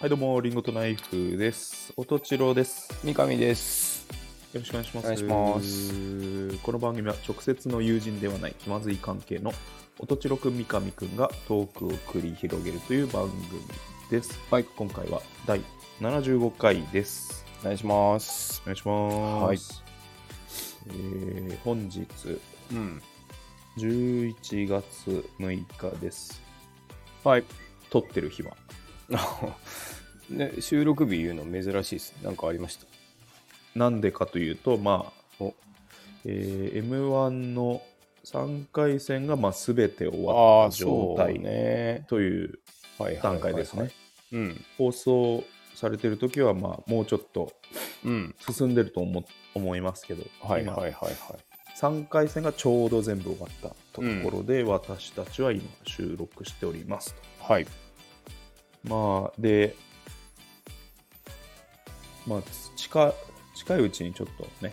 はい、どうも、リンゴとナイフです。おとちろです。三上です。よろしくお願いします。お願いしますこの番組は直接の友人ではない気まずい関係のおとちろくん、三上くんがトークを繰り広げるという番組です。はい、今回は第75回です。お願いしますお。願いします。えー本日うん。 11月6日です。はい。撮ってる日は。ね、収録日言うの珍しいですね。なんかありました。なんでかというと、まあおえー M1 の3回戦がまあ全て終あわあ、った状そう態ね。というはいはいはいは段い階ですね。。うん。放送されてる時はまあもうちょっとうん。進んでると思思いますけど、はいはいはい今はい。 3回戦がちょうど全部終わったところで、私たちは今収録しておりますと。はい。まあで、まあ、近近いうちにちょっとね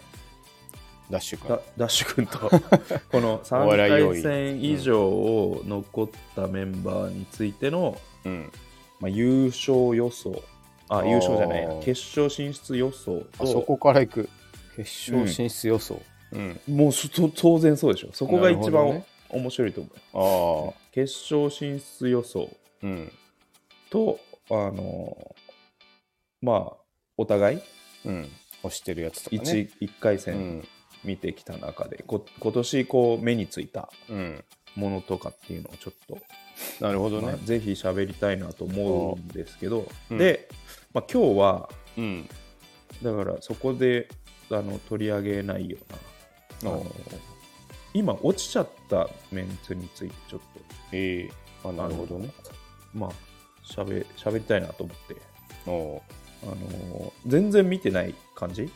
ダッシュダか。ダッシュ君 とこのお3笑い要回因戦以上を残ったメンバーについての、うん。まあ、優勝予想ああー優勝じゃないや決勝進出予想あそとこから行く。決勝進出予想。うん。もうそと当然そうでしょそこが一なるほ番、どね面白いと思うああ。決勝進出予想うん。とあのーまあお互いうん。押してるやつとか 1,、ね。一回う戦ん。見てきた中で、こ今年こう目についたうん。ものとかっていうのをちょっとなるほどまあね。ぜひ喋りたいなと思うんですけど、うんで、まあ、今日はうん。だからそこであの取り上げないようなああの今落ちちゃったメンツについてちょっええ。あ、となるほどね。あのまあ喋喋りたいなと思っておおう。あの全然見てない感じ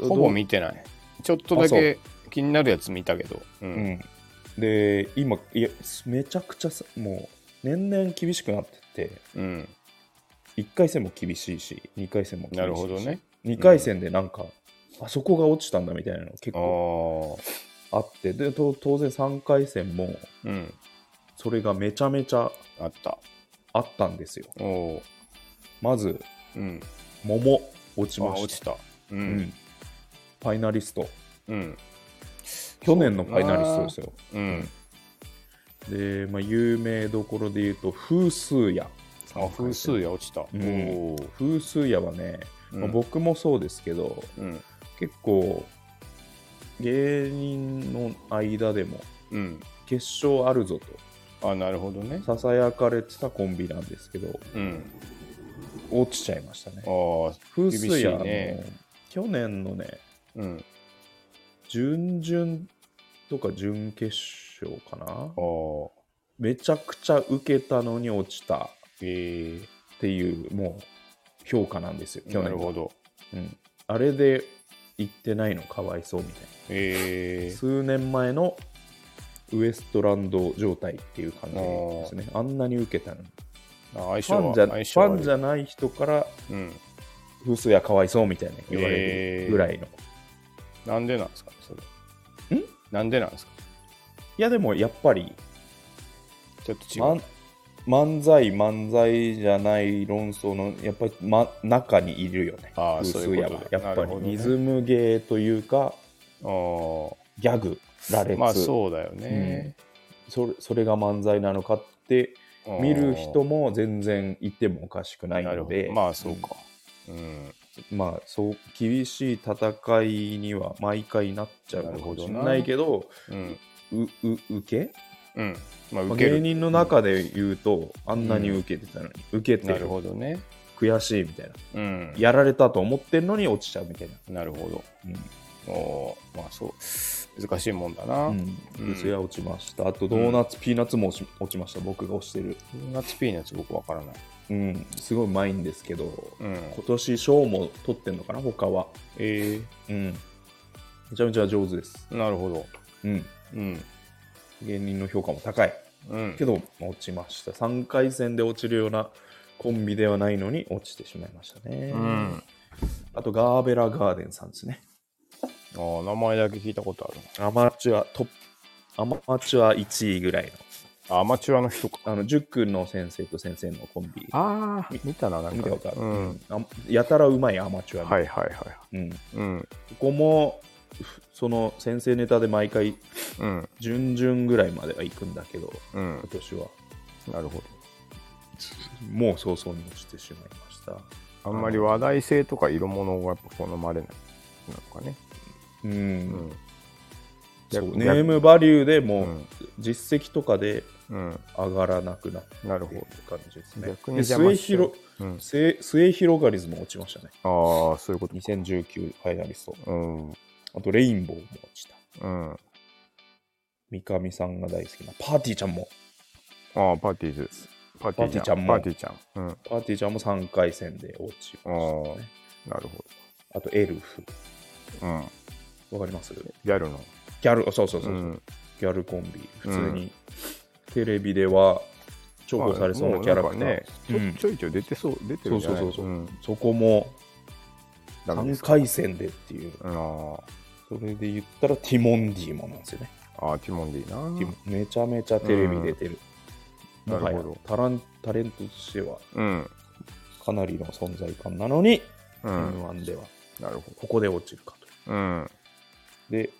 ほぼ見てない。ちょっとだけ気になるやつ見たけど。うどうう。んで今いやめちゃくちゃさもう年々厳しくなっててうん。 1回戦も厳しいし2回戦も厳しいしなるほどね。 2回戦でなんか、あそこが落ちたんだみたいなの結あ構あってでと当然3回戦もあ。うん。それがめちゃめちゃあった。あったんですよおおまずー。うん。桃落あ、ちま落しちたた。う。うんんファイナリストうん。去年のファイナリストですようん。で、まあ、有名どころで言うと風数屋あ、風数や落ちた。うんおー風数屋はね、うまあん。僕もそうですけどうん。結構芸人の間でもうん。決勝あるぞとあ、なるほどね。ささやかれてたコンビなんですけどうん。落ちちゃいましたねああ。風水屋厳しいねあの去年のねうん。準々とか準決勝かなああ。めちゃくちゃ受けたのに落ちたっえていうもう評価なんですよえ。去なる年の、ほど。うん、あれで行ってないのかわいそうみたいえな数年前のウエストランド状態っていう感じですねあんなに受けたのにえ。あ相ファン性はじゃ相性ファンじゃ。ゃない人からうん。風水屋かわいそうみたいな言われるぐらいの、なんでなんですかねそれ。んなんでなんですかいやでもやっぱりちょっと違漫う。漫才漫才じゃない論争のやっぱり、ま、中にいるよねあー風そうい水う屋ことはやだっなぱるほりどねリズムゲーというかあギャグ羅あ列、まあそそうだよね、れそれが漫才なのかってうん見る人も全然いてもおかしくないなるのほどでまあそうかうん、うんまあそう厳しい戦いには毎回なっちゃうかもしれないけどうんうう受けうん、まあまあ受け芸る、人の中で言うとあんなに受けてたのに、受けてなるほどね悔しいみたいなうんやられたと思ってんのに落ちちゃうみたいな。なるほうどおーまあそう難しいもんだな、ん。うつや落ちました。あと、ドーナツ、ピーナッツも落ち落ちました。僕が推してる。ナッツピーナッツ僕わからない、うん。すごいうまいんですけど、うん、今年賞も取ってんのかな、他は。えうん。めちゃめちゃ上手です。ー、なるほどうん。うん芸人の評価も高い。うんけど、落ちました。3回戦で落ちるようなコンビではないのに落ちてしまいましたね。うん、あと、ガーベラガーデンさんですね。あー名前だけ聞いたことあるアマチュア、トップ、アマチュア1位ぐらいのあアマチュアの人か。あの塾の先生と先生のコンビああ、見たな、なんか。見たことある、うん。はいあやたらうまいアマチュアの、はいはい。うん、こうん。こもふその先生ネタで毎回うん。準々ぐらいまでは行くんだけどうん今。年はなるほもう早々に落ちてしまいましたど。あんまり話題性とか色物がやっぱ好まれない。なのかね。うん、うん。そう逆ネームバリューでう。もうん実績とかでうん。上がらなくなってなるるほ感じですど。ね逆にで邪魔末しちゃう広うん。末末広がりズも落ちましたねああ、そういうことか。 2019ファイナリストうん。あとレインボーも落ちたうん。あ三上さんが大好きなパーティーちゃんもあ、パーティーズ。パーティーちゃん。パパーーテティーちゃん。うん。パーティーちゃんも3回戦で落ちましたねなるほあとエルフど。うん。わかりますギギャルの。ャルそうそうそううそう、ん。ギャルコンビ普通にテレビでは重宝されそうなキャラクター、まあもうなんかねちょうんちょいちょい出てそう、出てるんじゃないそうそうそうそうんそこもダメで3す回戦でっていううんあそれで言ったらティモンディもなんですよね、ーあー、ティモンディな。ティモめちゃめちゃテレビ出てる、うんもはなやるほどタランタレントとしてはうん。かなりの存在感なのに、うん。 M1 ではなるほここで落ちるかとど。うん。で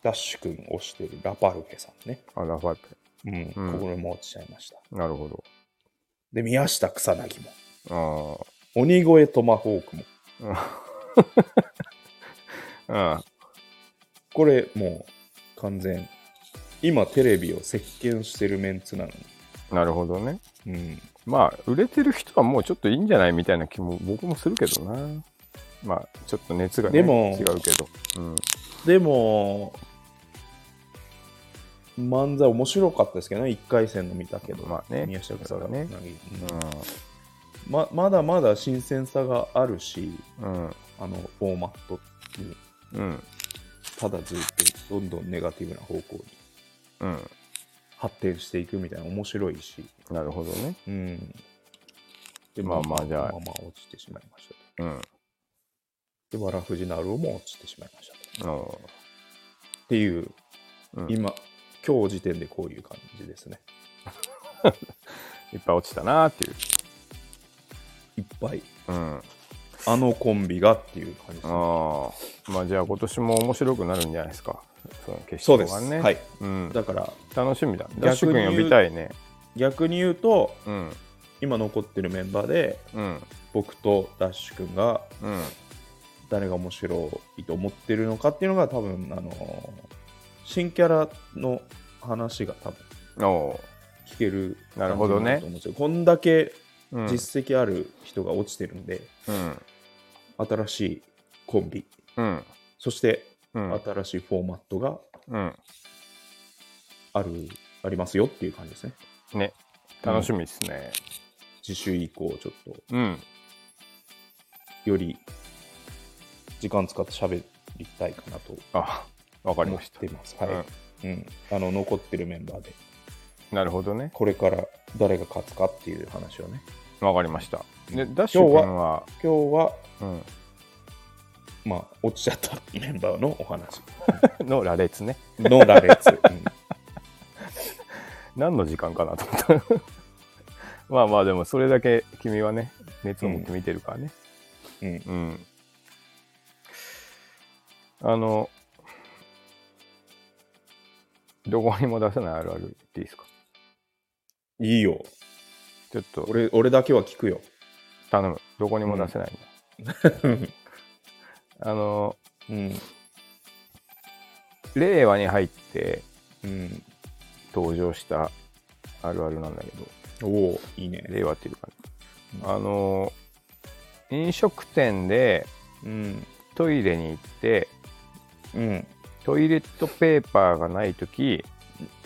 ダッシュ君推してるラパルフェさんね、あ、ラファペ。うんうんここでも落ちちゃいましたなるほど。で宮下草薙もあ鬼越トマホークもあ。これもう完全今テレビを席巻してるメンツなのうん。なるほどね。に、うん、まあ、売れてる人はもうちょっといいんじゃないみたいな気も僕もするけどな。まあ、ちょっと熱が、でね、も違うけど。うん。でも漫才面白かったですけどね1回戦の見たけど、まあね宮下草がねうんままだまだ新鮮さがあるしうん。うん。あのフォーマットにうん。ただずっとどんどんネガティブな方向にうん。発展していくみたいな面白いし、なるほどね。うん、でまあまあじゃあまあまあ落ちてしまいましたとうん。で、わらふじなるおも落ちてしまいましたと。っうんていう、うん今、今日時点でこういう感じですね。いっぱい落ちたなーっていう。いっぱい、うん。あのコンビがっていう感じですね。ああまあじゃあ今年も面白くなるんじゃないですかその決そうで勝す。がねはい。うん、だから、楽しみだにダッシュ君呼びたいね逆に言うと、うん今残ってるメンバーで、うん僕とダッシュ君がうん誰が面白いと思ってるのかっていうのが、多分、あのー新キャラの話が多分お聞ける感じなるほどにねると思うんですよ。こんだけう、うん、実績ある人が落ちてるんで、うん新しいコンビ。うんそしてうん新しいフォーマットがうんある、ありますよっていう感じですね。ね楽しみですね次週以降、ちょっとうんより時間使って喋りたいかなとあわかり思まっしたてます。はい、うんあの残ってるメンバーで、なるほどねこれから誰が勝つかっていう話をね。わかりましたでうんダッシュ君は今日は、は、まあ、落ちちゃったメンバーのお話うん、の羅列ねの羅 列。うん何の時間かなと思った まあまあでもそれだけ君はね熱を持って見てるからね、うんうん。あの、どこにも出せないあるある言っていいですかいいよ。ちょっと俺俺だけは聞くよ。頼む。どこにも出せないんだ。あの、うん。令和に入ってうん。登場したあるあるなんだけど、おお、いいね。令和っていうか、ね、うんあの、飲食店でうん。トイレに行って、うん。トイレットペーパーがないとき、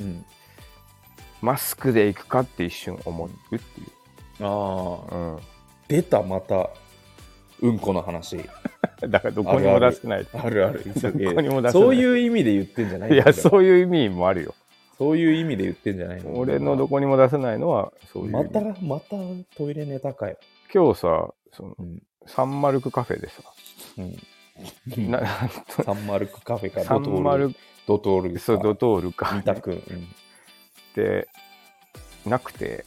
うん。マスクで行くかって一瞬思うっていう。ああ、うん出たまた、うんこの話。だからどこにも出せない。あるあ る。どこにも出せないそういう意味で言ってんじゃないいや、う。そういう意味もあるよ。そういう意味で言ってんじゃない俺のどこにも出せないのは、そういう意ま味。た、またトイレネタかよ。今日さ、そのうん。サンマルクカフェでさ、うん。なサンマルクカフェかサンマルドトール。そうドドトトールールか。か二択。うん。で、なくて、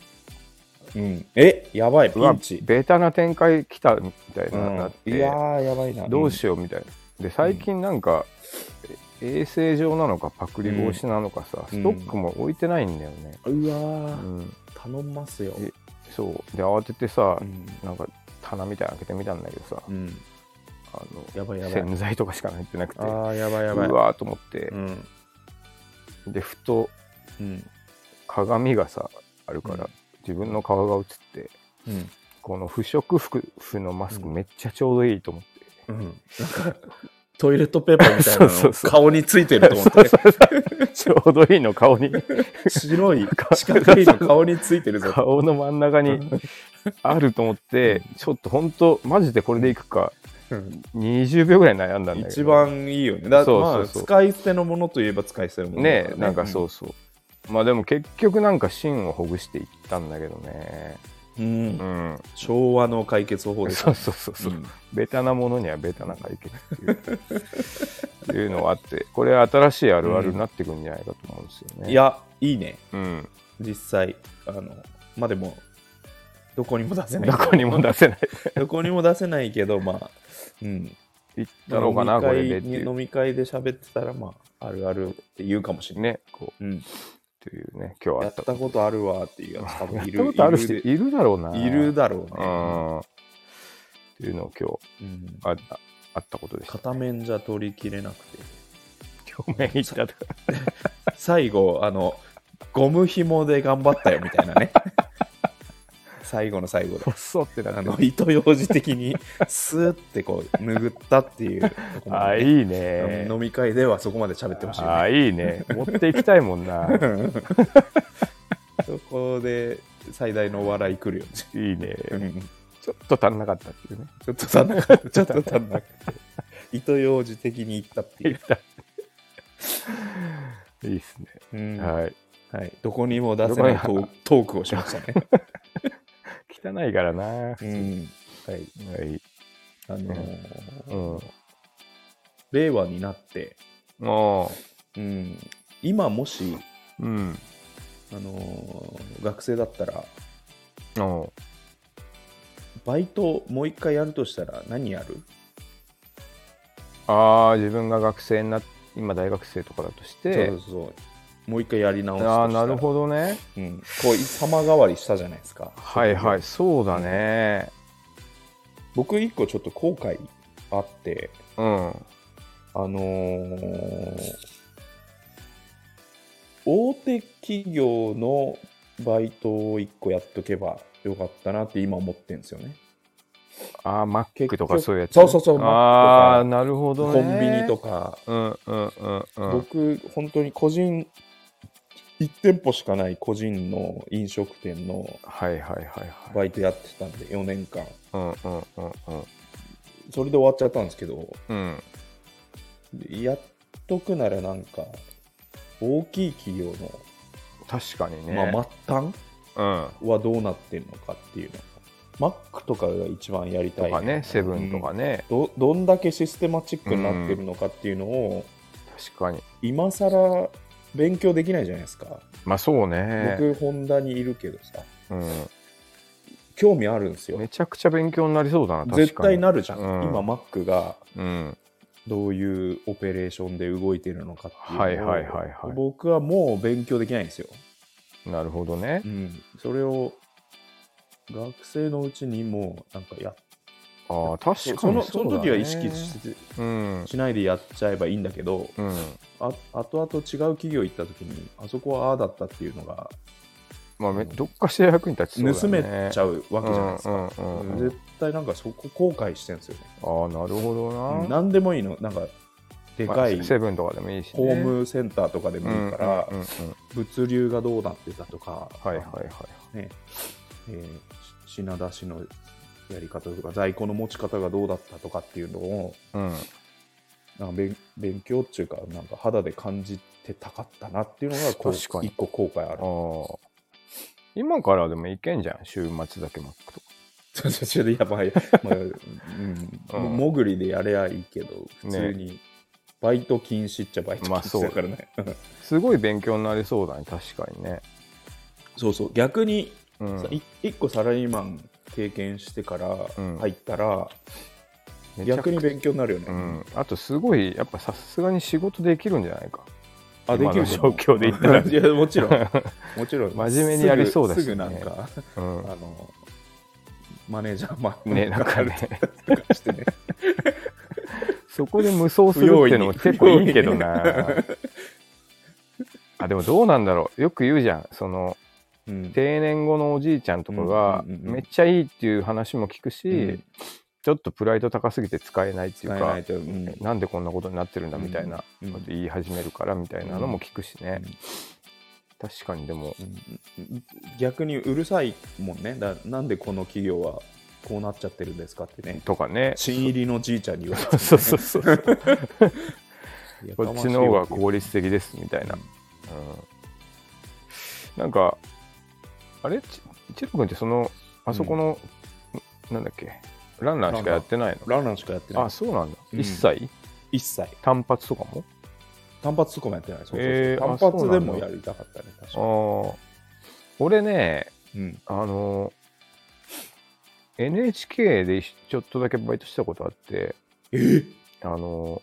うん、えやばい、ピうわンチ。ベタな展開来たみたいな、うんなっいてやー、やばいな。どうしようみたいな。で最近なんか、え衛生上なのかパクリ防止なのかうさ、んストックも置いてないんだよね。うんうわうー、ん頼んますよ。えそうで慌ててさ、うんなんか棚みたいなの開けてみたんだけどさ、うん、あのやばいやばい。洗剤とかしか入ってなくてあー、やばいやうばい。わーと思ってう、ん、でふとうん、鏡がさあるから、うん自分の顔が映ってうん。この不織布のマスクうんめっちゃちょうどいいと 思って。 うん、なんかトイレットペーパーみたいなそうそうのそう顔についてると思っそうてそうそうちょうどいいの顔に白い四角いの顔についてるぞ顔の真ん中にあると思ってちょっとほんとマジでこれでいくかうん20秒ぐらい悩んだんだけど一番いいよねだそうまそあうそう使い捨てのものといえば使い捨てのものだらねなんかそうそう、まあでも結局なんか芯をほぐしていったんだけどねうん、うんうん昭和の解決方法ですそうそうそうそう、うんベタなものにはベタな解決っていういうのはあってこれは新しいあるあるになってくるんじゃないかと思うんですよね、いやいいねうん、実際あのまあでもどこにも出せないどこにも出 せないどこにも出せないけどまあうん行ったろうかな飲みこ会れでってにいう飲み会で喋ってたらまああるあるって言うかもしれない、ねこうん、うというね今日あやっったたことあるわっていうやつ多分い やったることある人いるでいるだろうないるだろうね、うんっていうのを今日うん、あああったことでした片面じゃ取りきれなくて表面行ったとか最後あのゴム紐で頑張ったよみたいな ね最後の最後でボソってなあっての糸ようじ的にスーってこう拭ったっていうとこまあでいいうんね飲み会ではそこまで喋ってほしい、ね、あいいね持っていきたいも んなそこで最大のお笑い来るよねいいねうんちょっと足んなかったっていうねちょっと足んなかった ちょっと足んなかった糸ようじ的に行ったっていう、いいっすね、うんはいはい、どこにも出せないトートークをしましたね。 汚いからな、はうんはいいあのーうん令和になって、あうん、今もし、うんあのー学生だったらうんバイトもう一回やるとしたら何やるああ自分が学生になっ今大学生とかだとしてそうそうそうもう一回やり直すとしたらああなるほどねど、うん、こう様変わりしたじゃないですかはいはいそうだね僕一個ちょっと後悔あってうんあのー大手企業のバイトを一個やっとけばよかったなって今思ってるんですよね。ああ、マックとかそういうやつ。そうそうそうマックとかああ、なるほどね。コンビニとか、うんうんうんうん。僕、本当に個人、1店舗しかない個人の飲食店のはいはいはいはい。バイトやってたんで、4年間。うんうんうんうんそれで終わっちゃったんですけど、うん。やっとくならなんか、大きい企業の、確かにね。まあ、末端うん。はどうなってるのかっていうの。マックとかが一番やりたとい。かね、セブンとかね。どどんだけシステマチックになってるのかっていうのを、確かに。今更勉強できないじゃないですか。まあそうね。僕、ホンダにいるけどさ、うん。興味あるんですよ。めちゃくちゃ勉強になりそうだな、確かに。絶対なるじゃん。うん今、マックがうん。どういうオペレーションで動いてるのかっていうのをはいはいはいはい僕はもう勉強できないんですよ。なるほどねう。ん、それを学生のうちにもうなんかやっああ、確かそにのそそうだの時ねは意識しうん。しないでやっちゃえばいいんだけど、うん。あ後々違う企業行った時にあそこはああだったっていうのがまあめ、どっかしら役に立ちそうだね。盗めちゃうわけじゃないですか。うんうんうんうん絶対なんかそこ後悔してるんですよね。ああ、なるほどうんな。何でもいいの、なんかでかいまあセブンとかでもいいしね。ホームセンターとかでもいいからうん、うんうんうん物流がどうなってたとか、はいはいはい。ねえーし品出しのやり方とか、在庫の持ち方がどうだったとかっていうのを、うん。なんか勉勉強っていうか、なんか肌で感じてたかったなっていうのがこう、確かに一個後悔 ある。ああ。今からでもいけんじゃん、週末だけマックとか。ちょちょちょやばい、まあうんうんももぐりでやれゃいいけど、普通にバイト禁止っちゃバイト禁まあそ止うだからね。すごい勉強になりそうだね、確かにね。そう そう逆に、うんさい一個サラリーマン経験してからうん入ったら、めちゃ逆くに勉強になるよね、うん、あとすごいやっぱさすがに仕事できるんじゃないかあできると思う今の状況で言ったら いやもち ろんもちろん真面目にやりそうだしねすぐすぐなんかうん あのマネージャーまねなんかねしてねそこで無双するっていうのも結構いいけど不用なあでもどうなんだろうよく言うじゃんそのうん定年後のおじいちゃんとかがうんうんうんうんめっちゃいいっていう話も聞くし、うんちょっとプライド高すぎて使えないっていう使えかないとうんなんでこんなことになってるんだみたいなうんこと言い始めるからみたいなのも聞くしね、確かにでもうん逆にうるさいもんねだなんでこの企業はこうなっちゃってるんですかってねとかね新入りのじいちゃんに言われて、そうそうそうそういや こっちの方がう効率的ですみたいな、うんなんかあれちちろくんってそのあそこの、なんだっけランナーしかやってないランナーしかやってのないあそうなんだ、うん一切一切単発とかも単発とかもやってないそうそうそうえーあ単そう発なでんだもやりたかったね確かにああ俺ねうんあの NHK でちょっとだけバイトしたことあってえーあの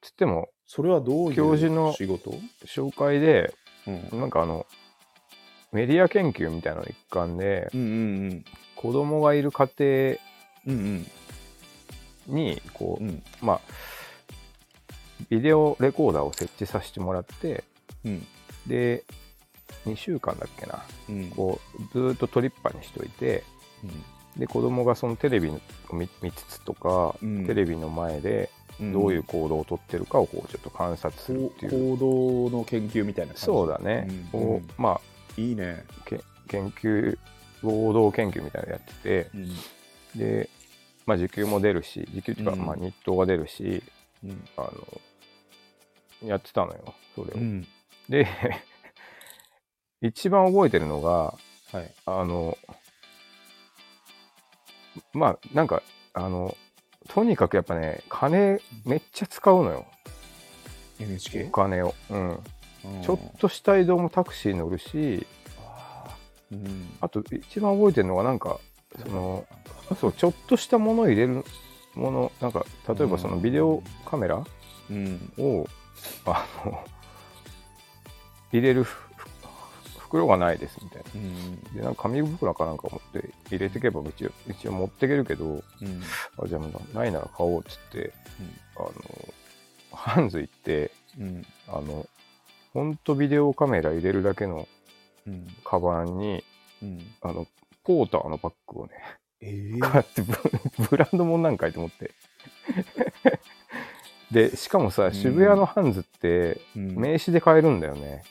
つってもそれはどういう教授の仕事、紹介でうん、うんなんかあのメディア研究みたいなの一環でうんうん子供がいる家庭うんにこうんうんうまあビデオレコーダーを設置させてもらってうんで2週間だっけなうんこうずーっと取りっぱにしといてで子供がそのテレビを見見つつとか、うんテレビの前でんどういう行動をとってるかをこうちょっと観察するっていう、行動の研究みたいな感じそうだね、うんこうまいいね、あけ研究合同研究みたいなのやってて、うんで、まあ、時給も出るし時給っていうか、うんまあ、日当が出るしうんあのやってたのよそれを、うん、で 一番覚えてるのがはいあのまあなんかあのとにかくやっぱね金めっちゃ使うのよ NHK お金を、うん、ちょっと、とした移動もタクシー乗るしうん、あと一番覚えてるのがなんかそのそうちょっとしたものを入れるものなんか例えばそのビデオカメラ、うんをあの入れるふふ袋がないですみたいうんなでなんか紙袋かなんか持って入れてけば一応一応持ってけるけどうんあじゃあないなら買おうっつって、あのハンズ行ってうんあのほんとビデオカメラ入れるだけのうんカバンにうんあのポーターのバッグをねえー買ってブブランドもんなんかいと思って。 でしかもさ渋谷のハンズってうん名刺で買えるんだよね、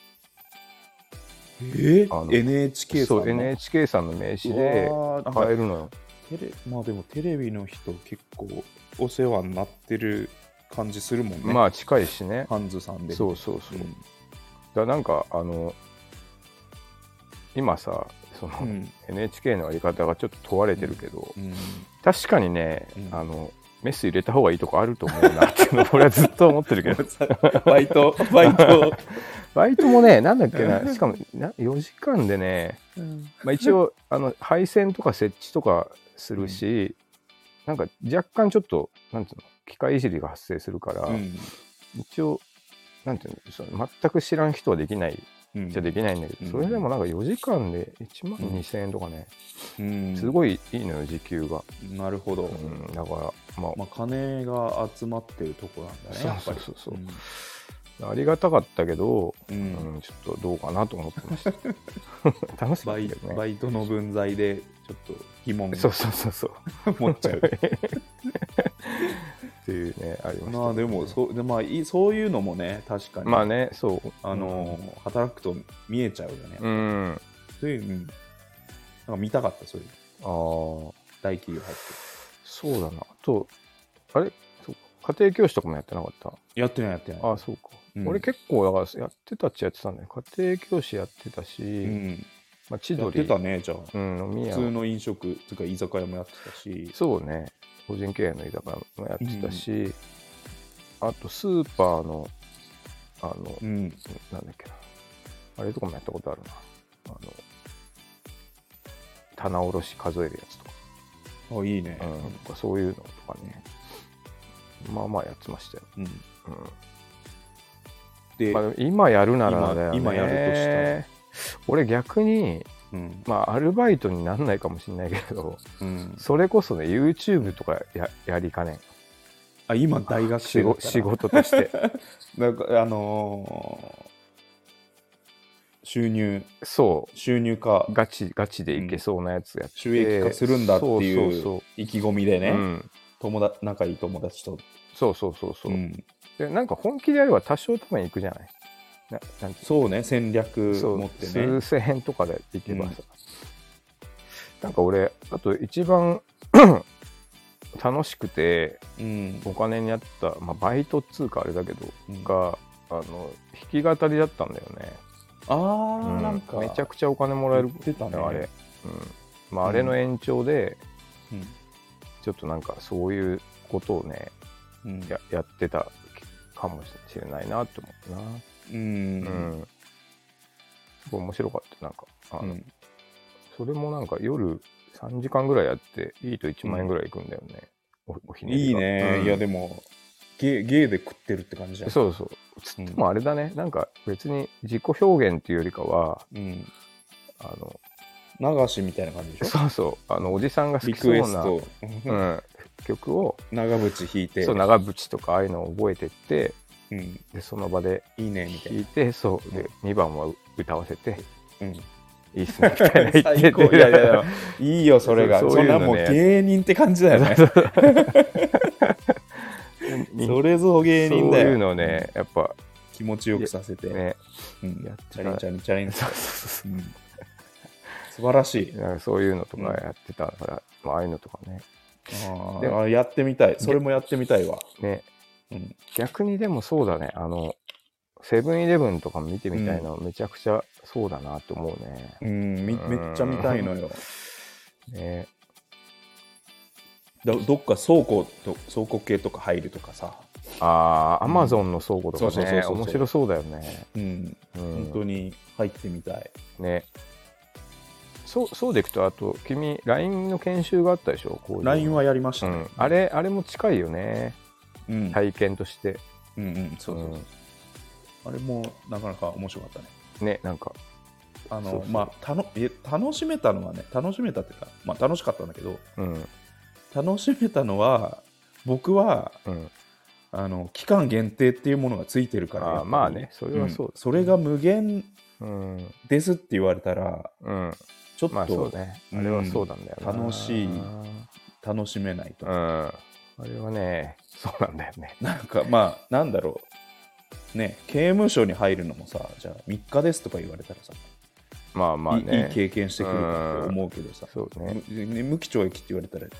えーあの NHK さんそのう NHK さんの名刺でうわーなんか買えるのよテレまあでもテレビの人結構お世話になってる感じするもんね、まあ近いしねハンズさんでそうそうそう、うだかんらなんかあの今さその、うん NHK のやり方がちょっと問われてるけど、うん確かにね、うんあのメス入れた方がいいとこあると思うなっていうのを 俺はずっと思って るけどバイトバイト、バイトもねなんだっけなしかもな4時間でね、まあ、一応あの配線とか設置とかするし、なんか若干ちょっとなんていうの機械いじりが発生するから、うん一応なんていうのその全く知らん人はできないうんじゃできないんだけど、うんそれでもなんか4時間で1万2000円とかね、うんすごいいいのよ時給が、なるほど、うん、だからまあ、まあ、金が集まってるとこなんだねやっぱそうりそうそうそうありがたかったけど、うんううんん、ちょっとどうかなと思ってま した楽しかバっイたけどバねイトの分際でちょっと疑問そうそうそうそう持 っちゃうっていうねありましたけどね、まあでもそうで、まあ、いいそういうのもね確かに、まあねそうあのー働くと見えちゃうよね、うんあそういう、うん、なんか見たかったそういうあー大企業入ってそうだなあとあれそうか家庭教師とかもやってなかったやってないやってないああそうか、うん俺結構だからやってたっちゃやってたんだよ家庭教師やってたし、うん、まあ、千やっ鳥てたねじゃあ、うん、飲み屋普通の飲食とか居酒屋もやってたしそうね個人経営の居酒屋もやってたし、あとスーパーのあの、うんなんだっけなあれとかもやったことあるなあ棚卸し数えるやつとか、あいいね、うん、とかそういうのとかねまあまあやってましたよ、うんうで、んまあ、でも今やるならだよね今今やるとしたら俺逆にうんまあアルバイトになんないかもしれないけどうん、それこそね YouTube とかややりかねんあ今大学生仕だっ事たら仕事 としてなんかあのー収入そ収入かうガチガチでいけそうなやつやって、収益化するんだってそういそうそうう意気込みでね、うん、友達仲いい友達と、そうそうそうそう、うんでなんか本気でやれば多少多分いくじゃないななんてそうね戦略そう持ってね数千円とかでいけばさ、うんなんか俺あと一番 楽しくてうんお金になった、まあ、バイトっつうかあれだけどうんがあの弾き語りだったんだよね、あー、うんなんかめちゃくちゃお金もらえる言ってたねあれ、うんまあ、あれの延長でうんちょっとなんかそういうことをねうんややってたかもしれないなって思うなうんうん、すごい面白かったなんかあうの、んそれもなんか夜3時間ぐらいやっていいと1万円ぐらいいくんだよね、おおひねいりいがね、うんいやでもゲゲイで食ってるって感じじゃんそうそうつってもあれだねなんか別に自己表現っていうよりかはうん、あ の流しみたいな感じでしょそうそうあのおじさんが好リきそうクエスな、ト、うん、曲を長渕弾いてそう長渕とかああいうのを覚えてってうん、でその場でいいねみた弾いいてそうで2番は歌わせてな、うん、いいっすねみ たいな言って最高いやいやい やいいよそれがそそうそういんうのなねもう芸人って感じだよねそれぞ芸人だよそういうのをねやっぱ気持ちよくさせて、 ねうんやってたチャリンチャリンチャリンそうそう そううん素晴らしいなんかそういうのとかやってたから、まあああいうのとかねあでーあやってみたいそれもやってみたいわ、ねうん、逆にでもそうだねあのセブンイレブンとかも見てみたいの、めちゃくちゃそうだなと思うねうんみめっちゃ見たいのよねどどっか倉庫と倉庫系とか入るとかさ、ああアマゾンの倉庫とかそうそうそうねそう面白そうだよね、うん、う本ん当、に入ってみたいねそうそうでいくとあと君 LINE の研修があったでしょこういう LINE はやりましうたね、ん、あれあれも近いよねうん、体験として、うんうんそうそうそう、あれもなかなか面白かったねうんねなんかあのそうそうまあたのえ楽しめたのはね楽しめたっていうか、まあ、楽しかったんだけどうん楽しめたのは僕はうんあの期間限定っていうものがついてるからやっあぱーりまあねそれはんそうそれが無限うん、ですって言われたらうん、ちょっまあそうとねうんあれはそうなんだよな、楽しいうん楽しめないと、あれはねそうなんだよねなんかまあなんだろうね刑務所に入るのもさじゃあ3日ですとか言われたらさ、まあまあいいいねい経験してくるかって思うけどさ、そうねむね無期懲役って言われたらも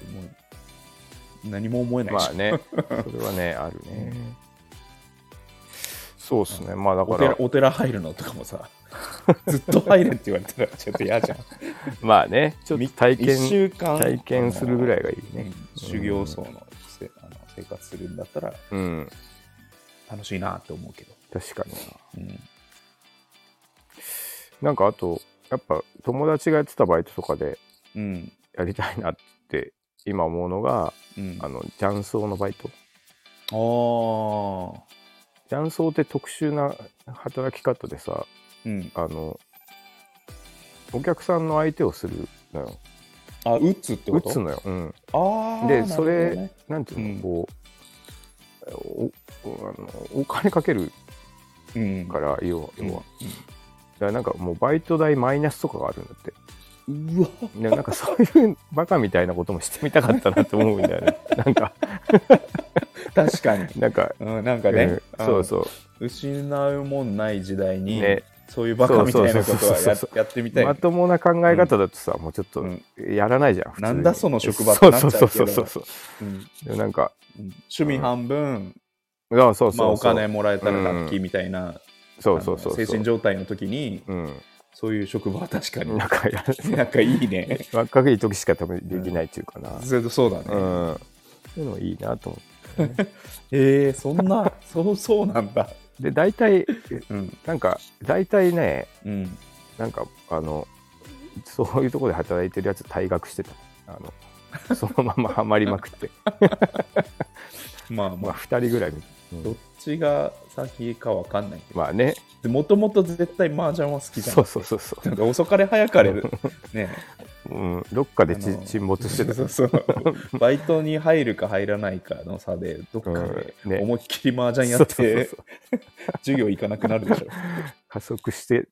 う何も思えないし、まあ ねそれはねあるねそうっすねまあだおか寺らお寺入るのとかもさずっと入れって言われたらちょっと嫌じゃんまあねちょっと体1験週間体験するぐらいがいいねね、修行僧のせあの生活するんだったらうん楽しいなって思うけど、確かになうんなんかあとやっぱ友達がやってたバイトとかでうんやりたいなって今思うのがうん、あの雀荘のバイトあー雀荘って特殊な働き方でさうん、あのお客さんの相手をするのよあ打つってこ打とつのよ、うん、あーでなるそほどれ、ねなんていうの、うんこうおおあのお金かけるうんから要はうん要は、だからなんかもうバイト代マイナスとかがあるんだってうわでなんかそういうバカみたいなこともしてみたかったなって思うんだよ ねなんか確かに、なんか、うん、なんかね、うんあそうのそう失うもんない時代に、ねそういうバカみたいなことはそうそうそうやそうやってみたい、まともな考え方だとさ、もうちょっとうんやらないじゃん、普通になんだその職場ってなっちゃうけどそうそうそうそうそうんうでもなんか趣味半分、あそうそうそまう、あ、お金もらえたらラッキーみたいな、そうそうそうあの精神状態の時に、うんそういう職場は確かになんかや なんかいいね若い時しか多分できないっていうかな、それそうだね、うんそういうのもいいなと思っえー、そんな そうそうなんだてで大体うんなんか大体ねうんなんかあのそういうところで働いてるやつ退学してたあのそのままハマりまくって まあままああ、 2人ぐらい見て、うどっんちが先かわかんないけまあねど、もともと絶対麻雀は好きじゃん。そうそうそうそなんか遅 かれ早かれ、ね、う、うん、どっかであちの沈没してたそうそうバイトに入るか入らないかの差で、どっかでうんね思いっきり麻雀やそっうそうそうてそう、授業行かなくなるでしょ。加速して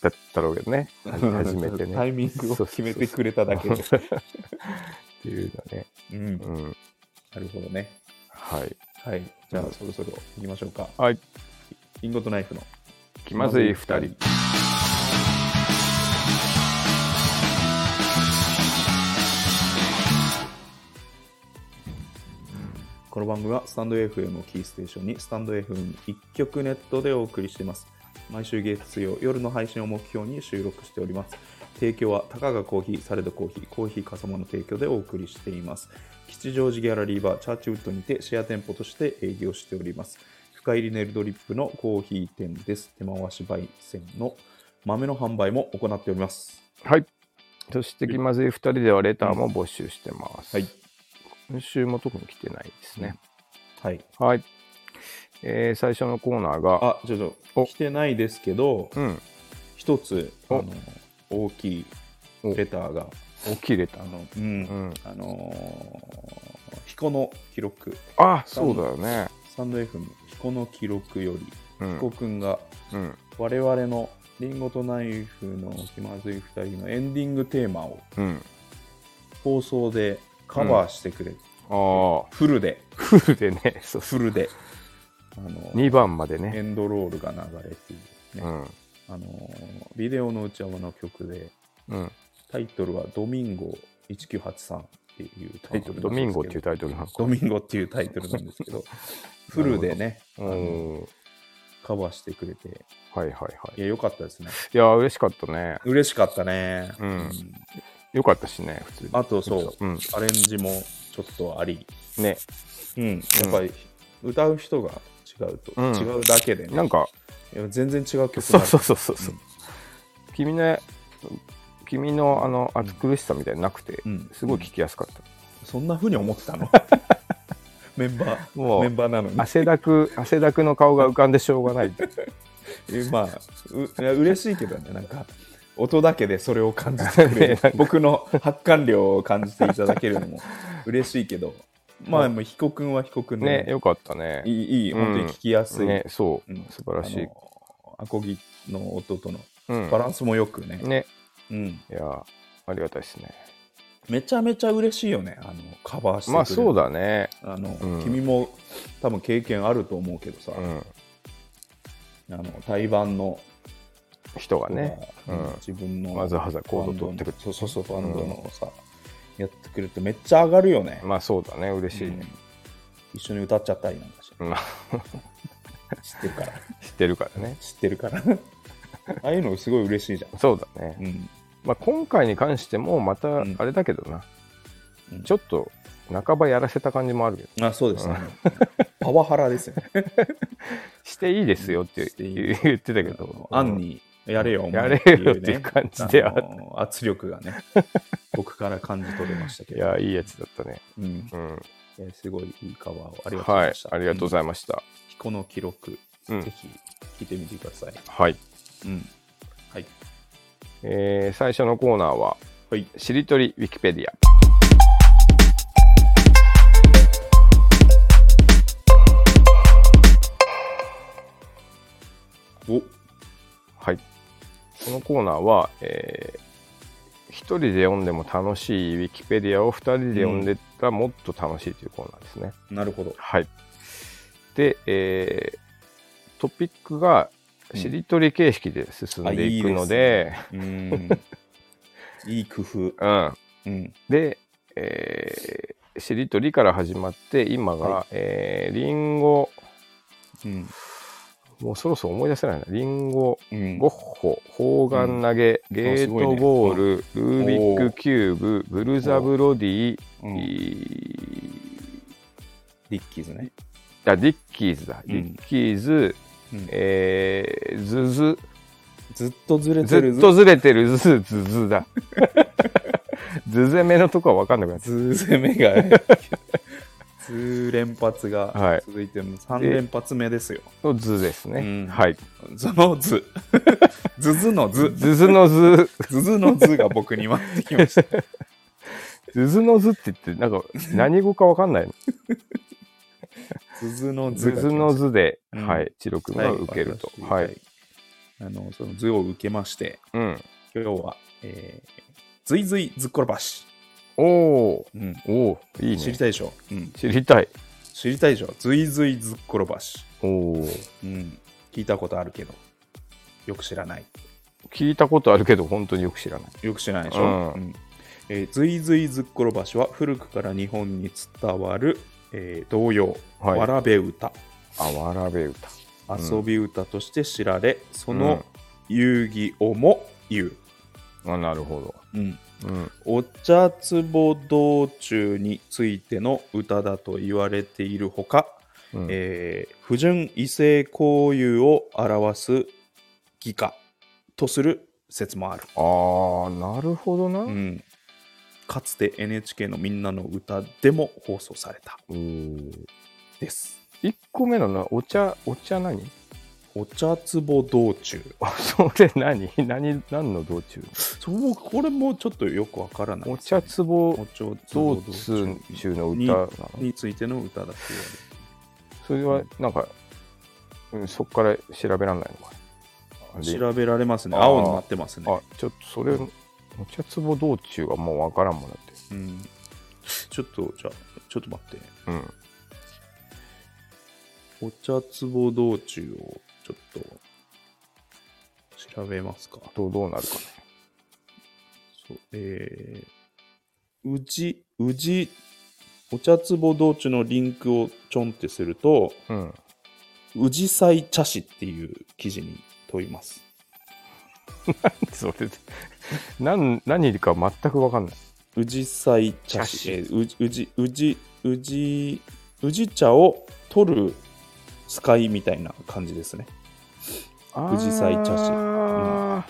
だったろうけどね初めてね タイミングを決めてくれただけで。そうそうそうっていうのね、うん、なうん、るほどね。はいはい。じゃあ、そろそろ行きましょうか。はいインゴットナイフの気まずい2人。この番組はスタンド FM をキーステーションにスタンド FM 一曲ネットでお送りしています。毎週月曜夜の配信を目標に収録しております。提供はたかがコーヒー、サレドコーヒー、コーヒーかさまの提供でお送りしています。吉祥寺ギャラリーバーチャーチウッドにてシェア店舗として営業しております。深入りネルドリップのコーヒー店です。手回し焙煎の豆の販売も行っております。はい。そして気まずい2人ではレターも募集してます。はい。今週も特に来てないですね。はい。はい。えー最初のコーナーが、あ、ちょっおと来てないですけど、うん、一つあおの大きいレターが、大きいレタあー。の、うんうん。あのー彦の記録、あ、そうだよね。スタンド F の彦の記録より、う彦ん。くんがうん。我々のリンゴとナイフの気まずい二人のエンディングテーマをうん。放送でカバーしてくれ、ああ、フルで、フルでね、そうフルで、あのー2番までエね。ンドロールが流れている、うねん。あのービデオの内山の曲で、うん。タイトルは「ドミンゴ1983」っていうタイトルドミンゴっていううタイトルなのか。ドミンゴっていうタイトルなんです けどフルでねあうのん。カバーしてくれてはいはいはい。いやよかったですねいやー、嬉しかったね。嬉しかったね、うんよかったしね、普通に。あとそう、うん。アレンジもちょっとあり、ね。うん、やっぱり歌う人が違うと、うん違うだけでねなんか、いや全然違う曲にそなうるそうそうそうそう、君の君のあの暑苦しさみたいなのなくて、うんすごい聞きやすかった、そんなふうに思ってた のメンバーもうメンバーなのに汗だく汗だくの顔が浮かんでしょうがないえまあういや嬉しいけどねなんか音だけでそれを感じてくれ ねなんる僕の発汗量を感じていただけるのも嬉しいけどまあもう彦君は彦君の、ねよかったねいいいいうん本当に聞きやすい、ねそう、うん素晴らしあい、のアコギの音とのうん、バランスもよくね、ねうん、いやありがたいですねめちゃめちゃ嬉しいよねあのカバーしてくれるまあそうだねあの、うん君も多分経験あると思うけどさ、うんあの対バンの人がね、うん自分のわざわざコード取ってくるそうそうそうバンドのさ、やってくれてめっちゃ上がるよね、まあそうだね嬉しいね、一緒に歌っちゃったりなんかしてまあ知ってるから 知ってるからね知ってるからああいうのすごい嬉しいじゃそうだね、ん、うん、まあ、今回に関してもまたんあれだけどな、うんちょっと半ばやらせた感じもあるけどあそうですねパワハラですよねしていいですよってしていい言う言って たけあどの、アンにやれよ、お前やれよっていう感じであの圧力 がね、僕から感じ取れましたけいど、や、いいやつだったね。うんうん。えーすごいいいカバーをありがとうござはいいました。。ありがとうごいざいました。ます。彦の記録、うんぜひ聞いてみてください。はい。うん。はい。えー最初のコーナーは、はい。しりとりウィキペディア。おはい。このコーナーは、えー一人で読んでも楽しいウィキペディアを二人で読んでたらもっと楽しいというコーナーですね。なるほど。はい。で、えートピックがしりとり形式で進んでいくので、うー ん。いい工夫。うん。うん。で、えーしりとりから始まって今が、はえーリンゴうん。もうそろそろ思い出せないなリンゴうんゴッホ砲丸投げ、ゲートボール、ルービックキューブブルザブロディ、うんリッキーズね。あディッキーズだ、うんディッキーズ、うんえーズズずっとずれずてるっとずれてるズーズーズーだ。 ズー攻めのとこは分かんなくなっずー攻め がずー連発はがい続いても3連発目ですよ、た。ズーですね。うんはい。その 図ズズの図ズズのズズズの図が僕に回ってきま したズズのズって言って、なんか何語か分かんない。ズズの図ズがズの図ズで、うんはい、チロ君が受けると。はい。あのその図を受けましてうん。今日は、えー、ずいずいずっころばし、おおうんーおーいいね。知りたいでしょ、うん、知りたい。知りたいでしょずいずいずっころばし、おおうん、聞いたことあるけどよく知らない聞いたことあるけど、本当によく知らない。よく知らないでしょ、ううんえーずいずいずっころばしは古くから日本に伝わる、えー童謡、はいわらべ歌あわらべ歌。うん遊び歌として知られ、そうんの遊戯をも言う、あ、なるほど。うんうん。お茶壺道中についての歌だと言われているほか、うんえー不純異性交友を表す義歌とする説もある、ああ、なるほどな。うんかつて NHK の「みんなの歌でも放送されたおーです1個目のな、お茶、お茶何 お茶壺道中あそれ何何何の道中そうこれもちょっとよくわからないおですね、茶壺お茶道壺中の歌になのについての歌だと言われているそれはなんか、うん、そこから調べられないのかなで調べられますねあー青になってますねあちょっとそれ、お茶壺道中はもうわからんもんだってうんちょっと、じゃあ、ちょっと待って。うんお茶壺道中をちょっと調べますか。どうどうなるかねそうえー、うじ、うじ、お茶壺道中のリンクをちょんってすると、 うんうじさい茶師っていう記事に問います。それで何何か全くわかんないうじさい茶師。茶師えーううじ、うじ、うじ、うじ茶を取る使いみたいな感じですね。藤菜茶師あ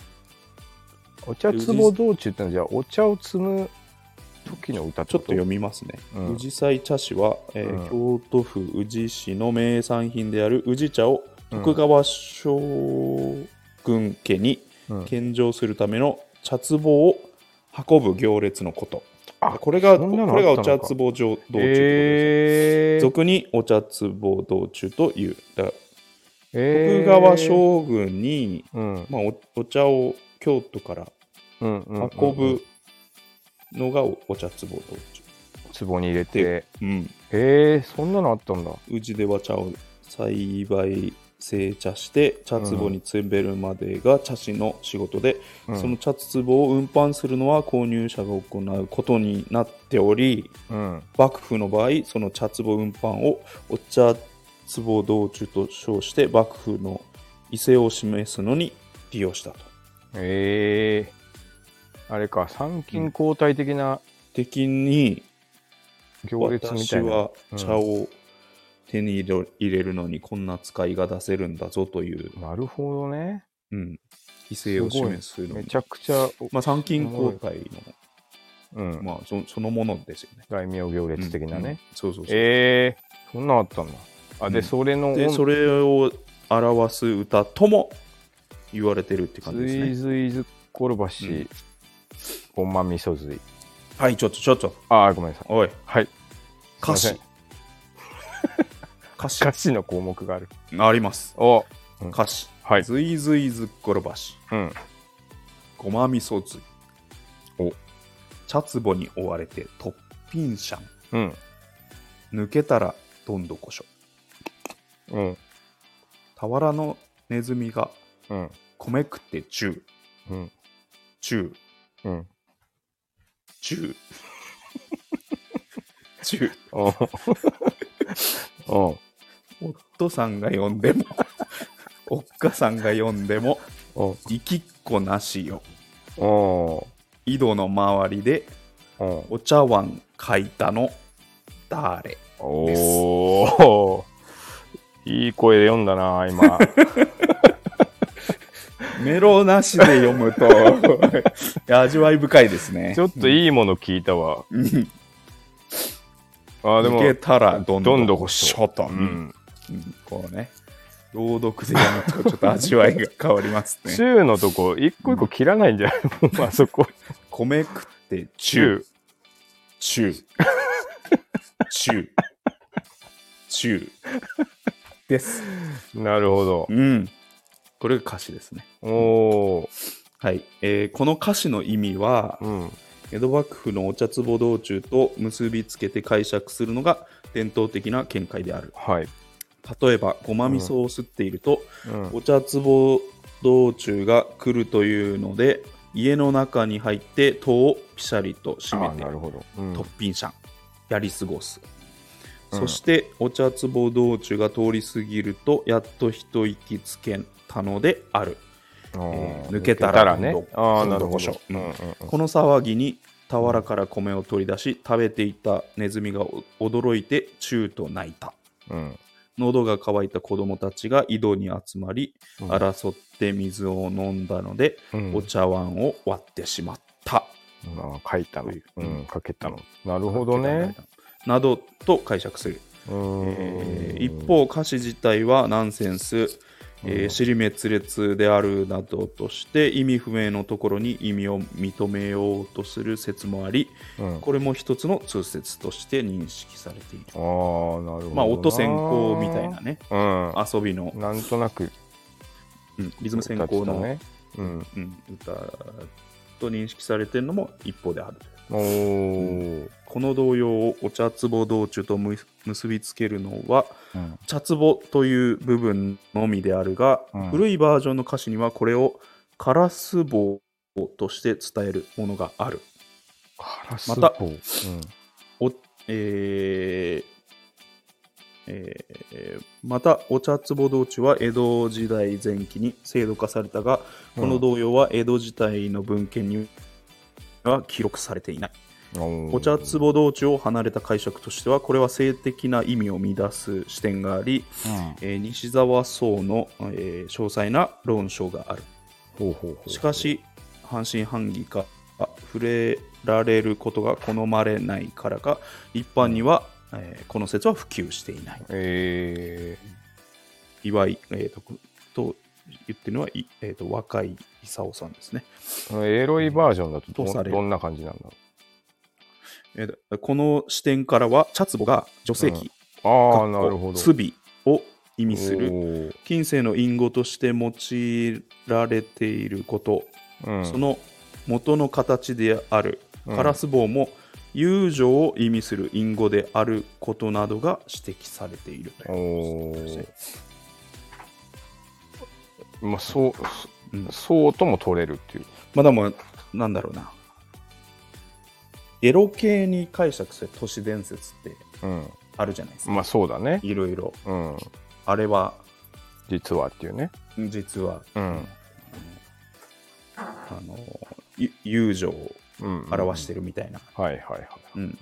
ーお茶壺道中ってのはじゃあお茶を摘む時の歌ちょっと読みますね。うん宇治菜茶師は、えー京都府宇治市の名産品である宇治茶を徳川将軍家にうん献上するための茶壺を運ぶ行列のこと。あこれがそこんなのあれったがのお茶か壺上道中ってことです、えー俗にお茶壺道中という。だからえ徳ー川将軍に、うんまあ、おお茶を京都からうんうんうん運ぶのがおお茶壺道中。壺に入れてうんえー、そんなのあったんだ宇治では茶を栽培製茶して茶壺に積めるまでが茶師の仕事で、うんその茶壺を運搬するのは購入者が行うことになっておりうん幕府の場合その茶壺運搬をお茶壺道中と称して幕府の威勢を示すのに利用したとえー、あれか参勤交代的な的に行列み私たいなは茶を手に入れ入れるのにこんな使いが出せるんだぞというなるほどねうん、異性を示すのめにちゃくちゃ、まあ、参勤交代うんの、まあ、そそのものですよね。大名行列的なね、うんうんそうそうそう。えー、そんなんあったんだ。あ、で、うんそれの、で、それを表す歌とも言われてるって感じずですいね。ずいずっころばし、うんごまみそずい。はい、ちょっとちょっと、あー、ごめんなさい。おい、はい。歌詞すいま。 歌詞歌詞の項目がある。あります。おうん歌詞。はい。ずいずいずっころばし、うん。ごまみそずい。お茶壺に追われて、とっぴんしゃん。うん。抜けたら、どんどこしょ。うん。俵のネズミが、うん。米食ってちゅう、うん。ちゅう。うん。 中中おおおっとさんが呼んでもおっかさんが呼んでもお行きっこなしよお井戸の周りでおお茶碗書いたの誰ですおーいい声で読んだな、今。メロなしで読む といや味わい深いですねちょっといいもの聞いたわ。あーでいも、けたらどんどどんんどん欲しシそうョット、うん、うんこうね朗読でやるとちょっと味わいが変わります ね中のとこ、一個一個切らないんじゃないの、あそこ。米食って中中。中中中ですなるほど。うんこれが歌詞ですねおはい、えーこの歌詞の意味はー。うん。江戸幕府のお茶壺道中と結びつけて解釈するのが伝統的な見解であるはい。例えばごま味噌をすっていると、うんお茶壺道中が来るというので家の中に入って戸をピシャリと閉めあーてなるほど。うんトッピンシャンやり過ごす、うんそしてお茶壺道中が通り過ぎるとやっと一息つけたのであるあー抜けたらねどんど。んああ、などんどんるほごしょど。うんうんうんこの騒ぎに俵から米を取り出し食べていたネズミがお驚いてチューと泣いたうん喉が渇いた子供たちが井戸に集まりうん争って水を飲んだので、うんお茶碗を割ってしまった、あー書いたのという。うん、書けたの。なるほどね。などと解釈する、うんえー一、方歌詞自体はナンセンスうえーん尻滅裂であるなどとして意味不明のところに意味を認めようとする説もありうんこれも一つの通説として認識されているああ、なるほどな。まあ音先行みたいなねう遊びのん。、なんとなく、うんリズム先行の、ね。うん。うん、歌と認識されてるのも一方であるおー。この動揺をお茶壺道中とむ結びつけるのはうん茶壺という部分のみであるが、うん古いバージョンの歌詞にはこれをカラス棒として伝えるものがある。カラスま棒たうん。おえーえーまたお茶壺道中は江戸時代前期に制度化されたが、この同様は江戸時代の文献には記録されていない。おーお茶壺道中を離れた解釈としてはこれは性的な意味を乱す視点があり、うんえー西沢荘の、えー詳細な論証があるほうほうほうしかし半信半疑かあ触れられることが好まれないからか一般には、えーこの説は普及していないえ岩井、えーとと言ってるのは、いえーと若い功さんですね、ー、エロいバージョンだととされどるどんな感じなんだろえーとこの視点からは茶壺が女性器、うあかあっなこるほど罪を意味するる、近世の隠語として用いられていることうん、その元の形であるうんカラス棒も友情を意味する隠語であることなどが指摘されているというおことですねーまあそううんそそうとも取れるっていうまあでもなんだろうなエロ系に解釈する都市伝説ってうんあるじゃないですか、まあそうだねいろいろうんあれは実はっていうね実はうんあのゆ友情をうん表してるみたいな、はいはいはいうん、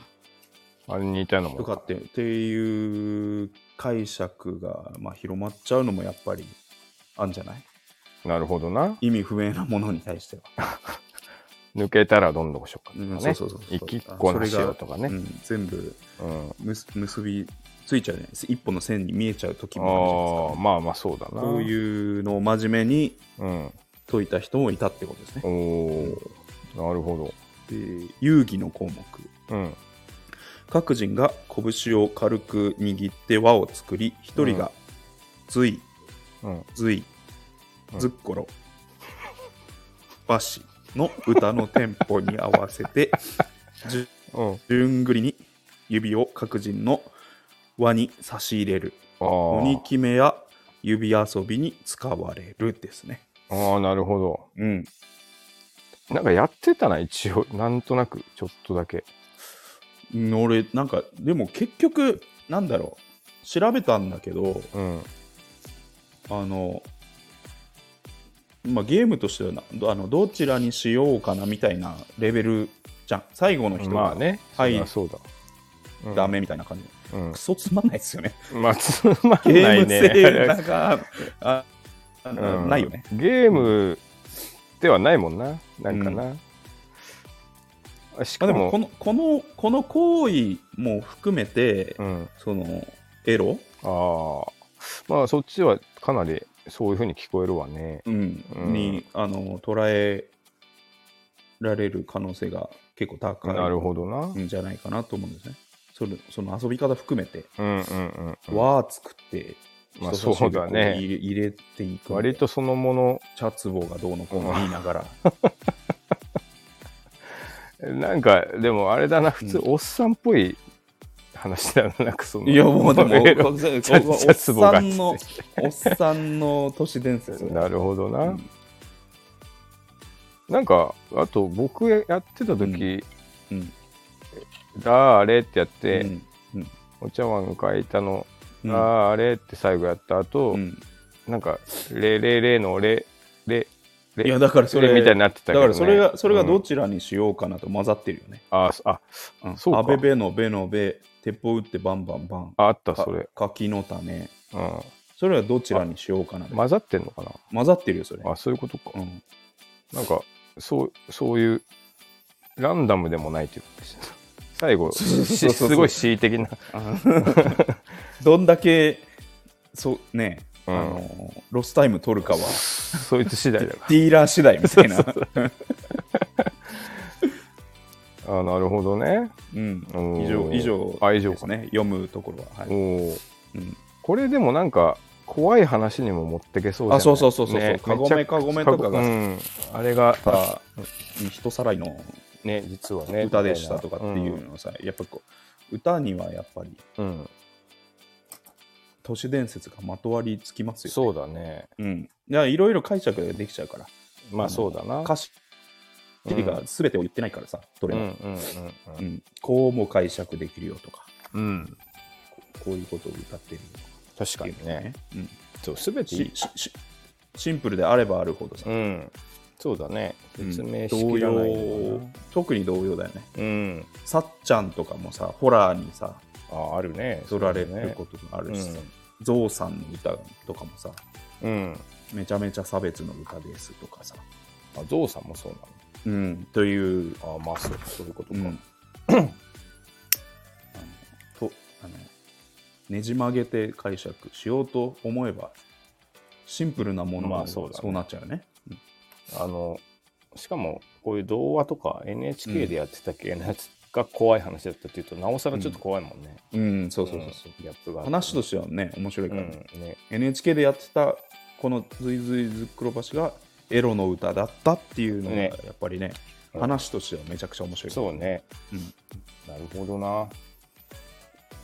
あれに似たようなもとのかってっていう解釈が、まあ、広まっちゃうのもやっぱりあんじゃないなるほどな意味不明なものに対 しては。抜けたらどんどんしようかとかうんねそうそうそうそう一気っこなしようとかうねん全部うんむす結びついちゃうじゃないですか。一本の線に見えちゃう時あもああるまあまあそうだじゃないですか。なそういうのを真面目にうん解いた人もいたってことですね。おおなるほで遊戯の項目。どうん各人が拳を軽く握って輪を作り、一人が随、うん随、うんずっころ、ばしの歌のテンポに合わせて、うん順繰りに指を各人の輪に差し入れるあ鬼ー決めや指遊びに使われるですねあーなるほどうんなんかやってたな一応なんとなくちょっとだけうん俺なんかでも結局なんだろう調べたんだけどうんあのまあゲームとしてはなあのどちらにしようかなみたいなレベルじゃん最後の人まあがねはいそりゃそうだ、うんダ、メみたいな感じ、うんク、ソつまんないですよねまあつまんゲ なーいム性ねなんか、ああの うんないよねゲームてはないもんな。なんかな。あしまあ、でかももこ、のこのこの行為も含めて、うん。そのエロ、ああ。まあ、そっちはかなりそういうふうに聞こえるわね。うんうんにあの捉えられる可能性が結構高いなるほどな。んじゃないかなと思うんですね。そのその遊び方含めて、うんうんうんうん。わー作って、まあ人差し指そうだねこ入れ入れていく。割とそのもの、チャツボがどうのこうの言いながら。なんか、でもあれだな、普通う、おっさんっぽい話だよな、 なんかその。いやもう でも、エロここチャここチおャっツボがさんの、おっさんの都市伝説。なるほどな。うんなんか、あと僕やってた時、うんだーれってやって、うんお茶碗がいたの、うんだーれって最後やった後、うんなんか、れれれのれ、れ、れ、いやだからそれみたいになってたけだど、ね。からそれが、それがどうんちらにしようかなと混ざってるよね。あ、そあ、うんそうかアベベのベのベ、鉄砲撃ってバンバンバン。ああった、かそれ。柿の種。うん。それはどちらにしようかな。混ざってんのか混ざってるよ、それ。なあ、そういうことか。うんなんか、そう、そういう、ランダムでもないというか、最後、そうそうそうそうし すごい恣意的な。どんだけ、そうね、うんあの、ロスタイム取るかは、そいつ次第だかディーラー次第みたいな。 ら。あなるほどね。うんうん以上、以上、あ以上でかすね。読むところは。はおいお。うんこれでもなんか、怖い話にも持ってけそうじゃないあそうそうそうそうねカゴメめちゃカゴメとかがうんあれが、さ人さらいのね、実はね。歌でしたとかっていうのはさ、やっぱこう、歌にはやっぱりうん。うん都市伝説がまとわりつきますよ。そうだね。うん。いや、いろいろ解釈ができちゃうから。まあそうだな。歌詞が全てを言ってないからさ、どうれんうも、んうんうんこうも解釈できるよとか、うん。うん。ここういうことを歌ってるよ確とかかっていうのにがね。、うんそう、すべていいしししシンプルであればあるほどさう、ん。そうだね。うん説明し同きらないよ様、特に同様だよね。な。うん。さっちゃんとかもさ、ホラーにさ、あ、あるね。取られることもあるしさ、ゾウさんの歌とかもさ、うん。うん。めちゃめちゃ差別の歌ですとかさ、あ、ゾウさんもそうなうん、というの。あ、まあそう、そういうことか。うん、とあのねじ曲げて解釈しようと思えばシンプルなものまはあそそううだねなっちゃうよね。うんあの、しかも、こういう童話とか NHK でやってた系のやつが怖い話だったっていうと、なおさらちょっと怖いもんね。うん、そうそうそうそう、ギャップがあって。話としてはね面白いから、ねうん、ね。 NHK でやってたこの「ずいずいずっくろばし」がエロの歌だったっていうのがやねっぱりねうん話としてはめちゃくちゃ面白いからそうね。うんなるほどな。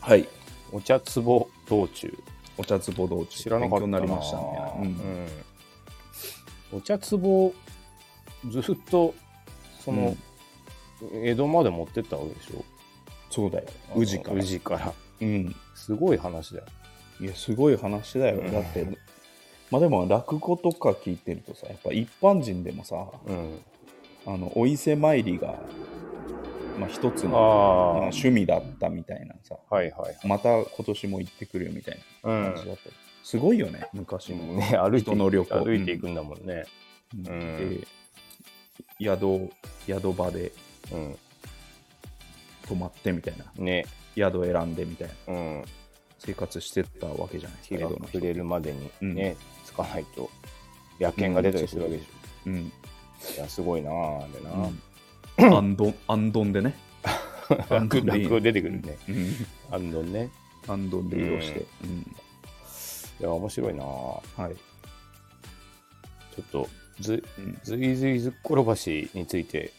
はいお茶壺道中。お茶壺道中知らなかっ勉強たにななりましたね、うんうんお茶壺ずっとその、江戸まで持ってったわけでしょそうだよ宇治から宇治からうんすごい話だよいや、すごい話だよう。んだって、まあでも落語とか聞いてるとさ、やっぱ一般人でもさ、うんあの、お伊勢参りが、まあ一つあのまああはい趣味だったみたいなさ、はいはいまた今年も行ってくるよみたいうな感じだったり、すごいよね、昔の。んね歩いて人の旅行歩いていくんだもんねうんうんで、宿、宿場でうん、泊まってみたいな、ね宿選んでみたいなうん生活してたわけじゃない日江が戸の人暮れるまでにうんね、つかないと野犬が出たりするわけでしょ、うん。いやすごいなああれな、うん。あんどん、あんどんで ね。あんどんでいい落語出てくるねうんあんどんねハンドンで移動して、うんいや面白いなあはい、ちょっとずうんずいずいずっころばしについて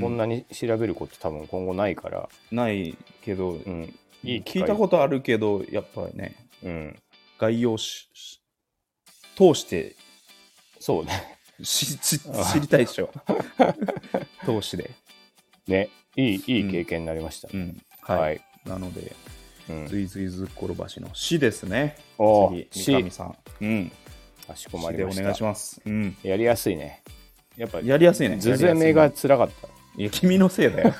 こんなに調べること多分今後ないから、ないけど、うん、いい聞いたことあるけどやっぱりねと、うん、概要しし通してそうねし知あ知りたいでしょ 通してで、ねいいいうんい経験になりました、うんはいはい、なのでうん、ずいずいずっころばしの死ですねお次ー三上さんうんかしこま死りでおました願いします、うん、やりやすいねやっぱやりやすいねずずめが辛かったいや君のせいだ よ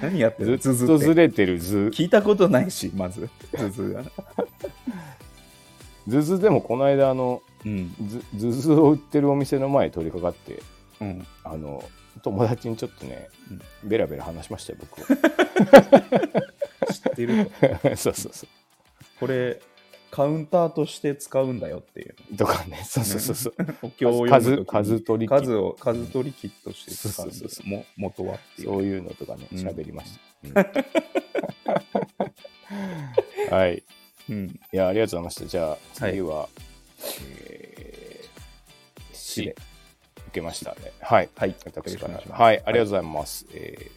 何やってずるっずずとっずてれてるず聞いたことないしまずずずがずずでもこの間あのうん。ずずずを売ってるお店の前に取り掛かってうん。あの友達にちょっとね、ベラベラ話しましたよ僕 知ってると。はそうそうそこれ、カウンターとして使うんだよっていう。うとかねそうそうそうそう お経を読む数とき数に取り機数を数取り機として使うんそうそうですそも元はっていそうういうのとかねうん喋りました、うん はいいうんやありがとうございましたじゃあはい次は、えー、で C 受けましたねはいはい私よろからしくお願いしますはいありがとうございます、え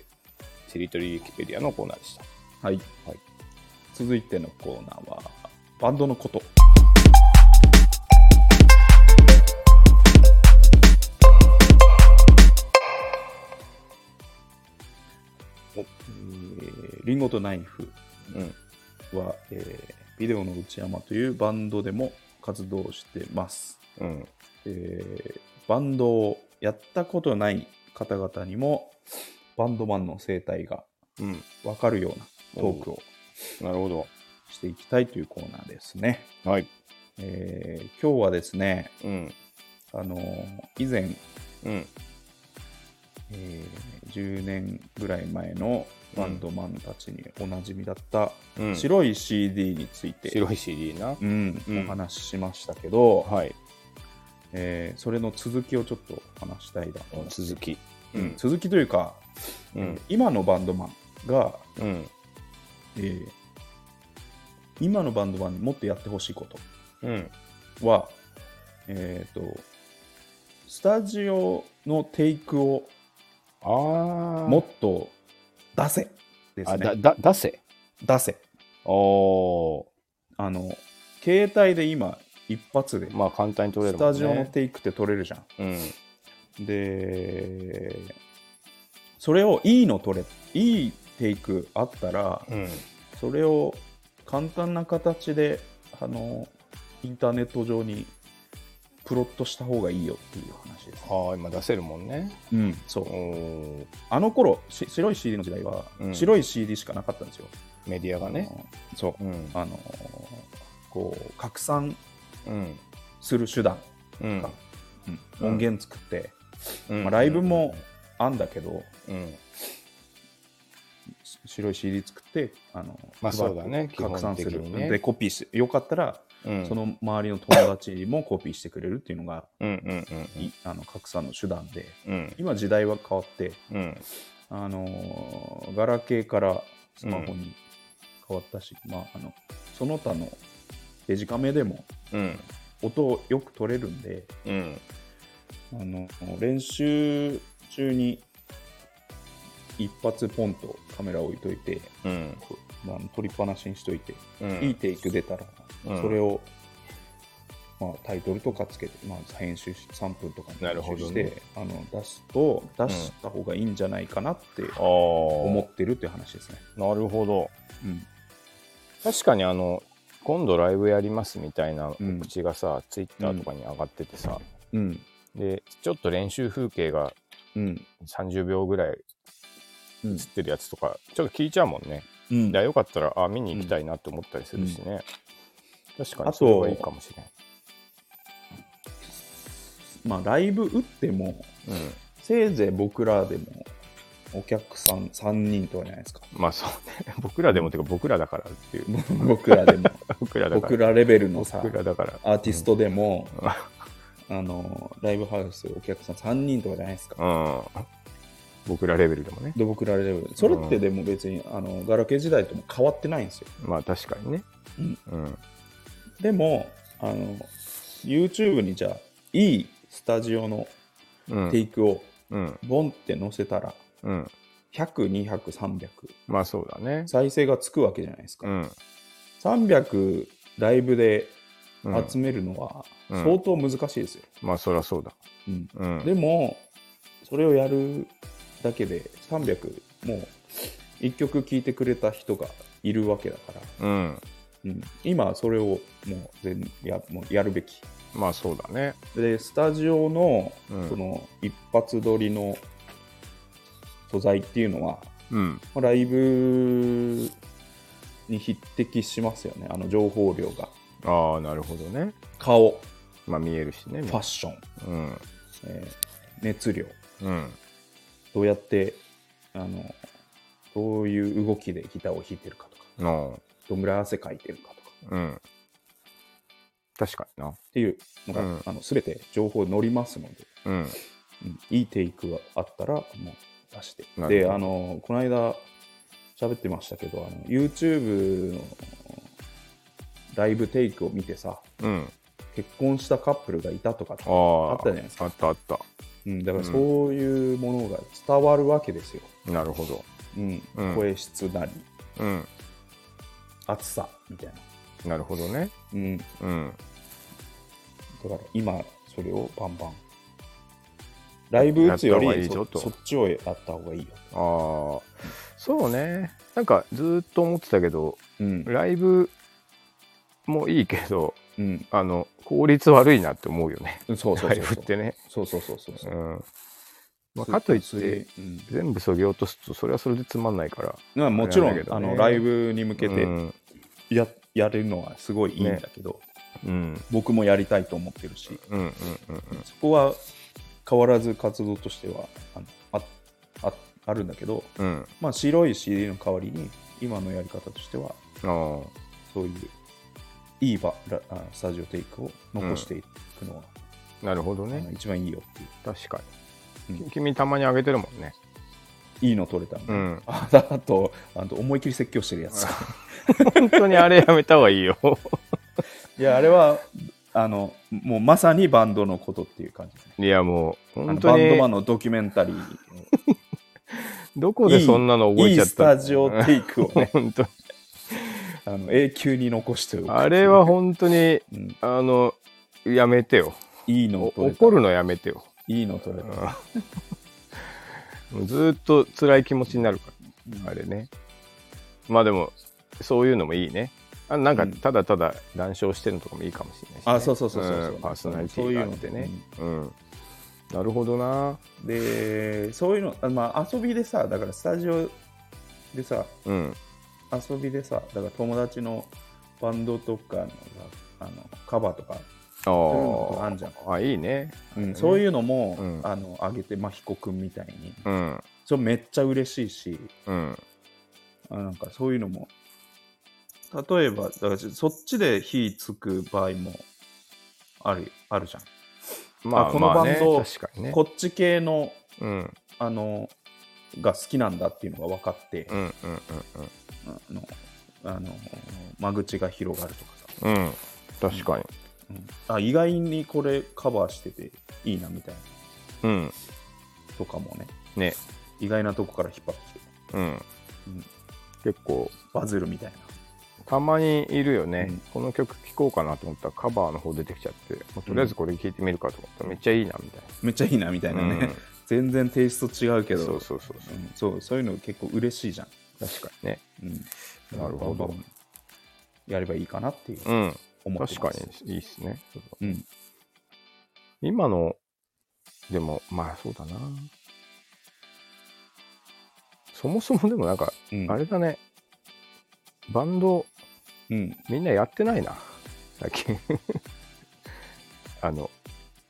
ー、テリトリーウィキペディアのコーナーでしたはい、はい続いてのコーナーはバンドのことおえーリンゴとナイフうんは、えービデオの内山というバンドでも活動してますうんえーバンドをやったことない方々にもバンドマンの生態がうん分かるようなトークをなるほどしていきたいというコーナーですね。はい。えー今日はですね、うん。あのー以前、うん。えー10年ぐらい前のバンドマンたちにおなじみだったうん白い CD について、白い CD な。うんうんお話ししましたけど、はい。えーそれの続きをちょっと話したいなと思って続き。うん。続きというか、うえーん。今のバンドマンが、うん。えー今のバンドマンにもっとやってほしいこうん。とは、えー、とスタジオのテイクをあー。もっと出せですあ、だ、ね。だ、出せ。出せおー。あの。携帯で今一発でまあ簡単に取れスるもんタね。ジオのテイクって取れるじゃん。うん。でそれをいいの取れいいテイクあったらうん。それを簡単な形であのインターネット上にプロットした方がいいよっていう話です、あー、今出せるもんね。うん、そおうー。あの頃し白い CD の時代は、うん白い CD しかなかったんですよメディアがね。あのそううん。あのこう拡散うん。する手段、うん。うん音源作って、うんまあ、ライブも。あんだけどうん。し白い CD 作ってあの、まあそうだ配ねって拡散す基る、本的にねでコピーしてよかったら、うん。そ。の周りの友達もコピーしてくれるっていうのがうんうんうんいあの格差の手段でうん。今時代は変わって、うん。あのーガラケーからスマホに変わったし、まあ、あのその他のデジカメでもうん。音をよく取れるんでうん。あの練習中に一発ポンとカメラ置いといてうん。こうあの撮りっぱなしにしといて、うん。いいテイク出たら、うんそれを、まあ、タイトルとかつけて、まあ、編集し3分とかになるほ編集どしねて、あの出すと出した方がいいんじゃないかなってあー。思ってるっていう話ですね。なるほど。うん確かにあの今度ライブやりますみたいなうん口がさ、ツイッターとかに上がっててさ、うんでちょっと練習風景がうん30秒ぐらい映ってるやつとか、ちょっと聞いちゃうもんね、うんだよかったらあ見に行きたいなって思ったりするしね、確かあにとそれはいいかもしれないまあ、ライブ打ってもせいぜい僕らでもお客さん3人とかじゃないです かうん、まあそうね僕らでもてか僕らだからっていう僕らでも僕 らだか僕ららレベルのさ僕らだからアーティストでも、あのライブハウスお客さん3人とかじゃないですかうん僕らレベルでもねで僕らレベルそれってでも別に、あのガラケー時代とも変わってないんですよまあ確かにねうんうんでもあの YouTube にじゃあいいスタジオのうんテイクをうんボンって載せたらうん1002003000まあそうだね再生がつくわけじゃないですうか、ん300ライブでうん集めるのはうん相当難しいですよ、まあそりゃそうだ。うんうん。でもそれをやるだけで300もう1曲聴いてくれた人がいるわけだからうん。うん、今それをもう全やもうやるべきまあそうだね。でスタジオのうんその一発撮りの素材っていうのは、うん。まあライブに匹敵しますよねあの情報量がああ、なるほどね。顔まあ見えるしね。ファッション、うん。えー熱量、うん。どうやって、あの、どういう動きでギターを弾いてるかとか、の、どんぐらい汗かいてるかとかうん。確かにな。っていうのが、うんあの全て情報乗りますので、うん。うんいいテイクがあったらもう出してなるほでどあのこの間喋ってましたけどあの YouTube のライブテイクを見てさうん。結婚したカップルがいたとかってああ。あったじゃないですかあったあった。うん、だからうんそういうものが伝わるわけですよ、なるほど。うんうん声質なりうん。熱さみたいな、なるほどね。うん、だうん。から今それをバンバンライブ打つよやった方がいりいそぞとそっちをやった方がいいよ、ああ。そうね。なんかずーっと思ってたけど、うんライブもいいけど、うん、あの、効率悪いなって思うよね。そうそうそうそうライブってね。そうそうそうそうそう う、ん。まあ、かといって、、うん全部そぎ落とすと、それはそれでつまんないから。まあ、もちろあん、れなんだけあどねのライブに向けてうん。や,、やるのはすごいいいんだけど、うん。僕もやりたいと思ってるし、うん。うん。うん。そこは変わらず活動としてはあのあああるんだけど、うん。うんまあ、白い CD の代わりに今のやり方としてはああ。そういういい場ラあスタジオテイクを残していくのが、なるほどあねの。一番いいよっていう確かに、うん君たまにあげてるもんねいいの取れたので、うんあだ あとあと思い切り説教してるやつ本当にあれやめた方がいいよいやあれはあのもうまさにバンドのことって いう感じですねいやもあうの本バ当ンドマンにのドキュメンタリーどこでそん なの覚いいえちゃっスたタジオテイクをね本当にあの永久に残しておくあれは本当にうんあのやめてよいいのお取れた怒るのやめてよ、いいの取れたうんずーっと辛い気持ちになるかうんらあれねまあでもそういうのもいいねあなんうかんただただ談笑してるのとかもいいかもしれないしね、あそうそうそうそうそうんパーソナリティがあってねうんなるほどなでそういうのあまあ遊びでさだからスタジオでさうん遊びでさだから友達のバンドとかのあのカバーとかあそういうのとかあんじゃんああいいねうんそういうのも、うんあの上げて、まあ、彦君みたいに、うんそれめっちゃ嬉しいし、うんあなんかそういうのも、例えば、だからそっちで火つく場合もあるあるじゃん、まあこのまあねバンド確かにねこっち系のうんあのが好きなんだっていうのが分かってう、んうんあのあの間口が広がるとかさ、うんうん確かにうんあ、意外にこれカバーしてていいなみたいなうんとかもね、ね意外なとこから引っ張ってきて、うんうん結構バズるみたいな。たまにいるよね、うんこの曲聴こうかなと思ったらカバーの方出てきちゃって、もうとりあえずこれ聴いてみるかと思ったらめっちゃいいなみたいめっちゃいいなみたいなな、ね、全然テイスト違うけうんどそうそうそううんそうそういうの結構嬉しいじゃん、確かにねうん、なるほどやればいいかなっていううん思って確まかすにいいっすねに、うん、今のでもまあそうだなそもそもでもなんかうん、あれだね。バンド、うん、みんなやってないな。最近。 あの、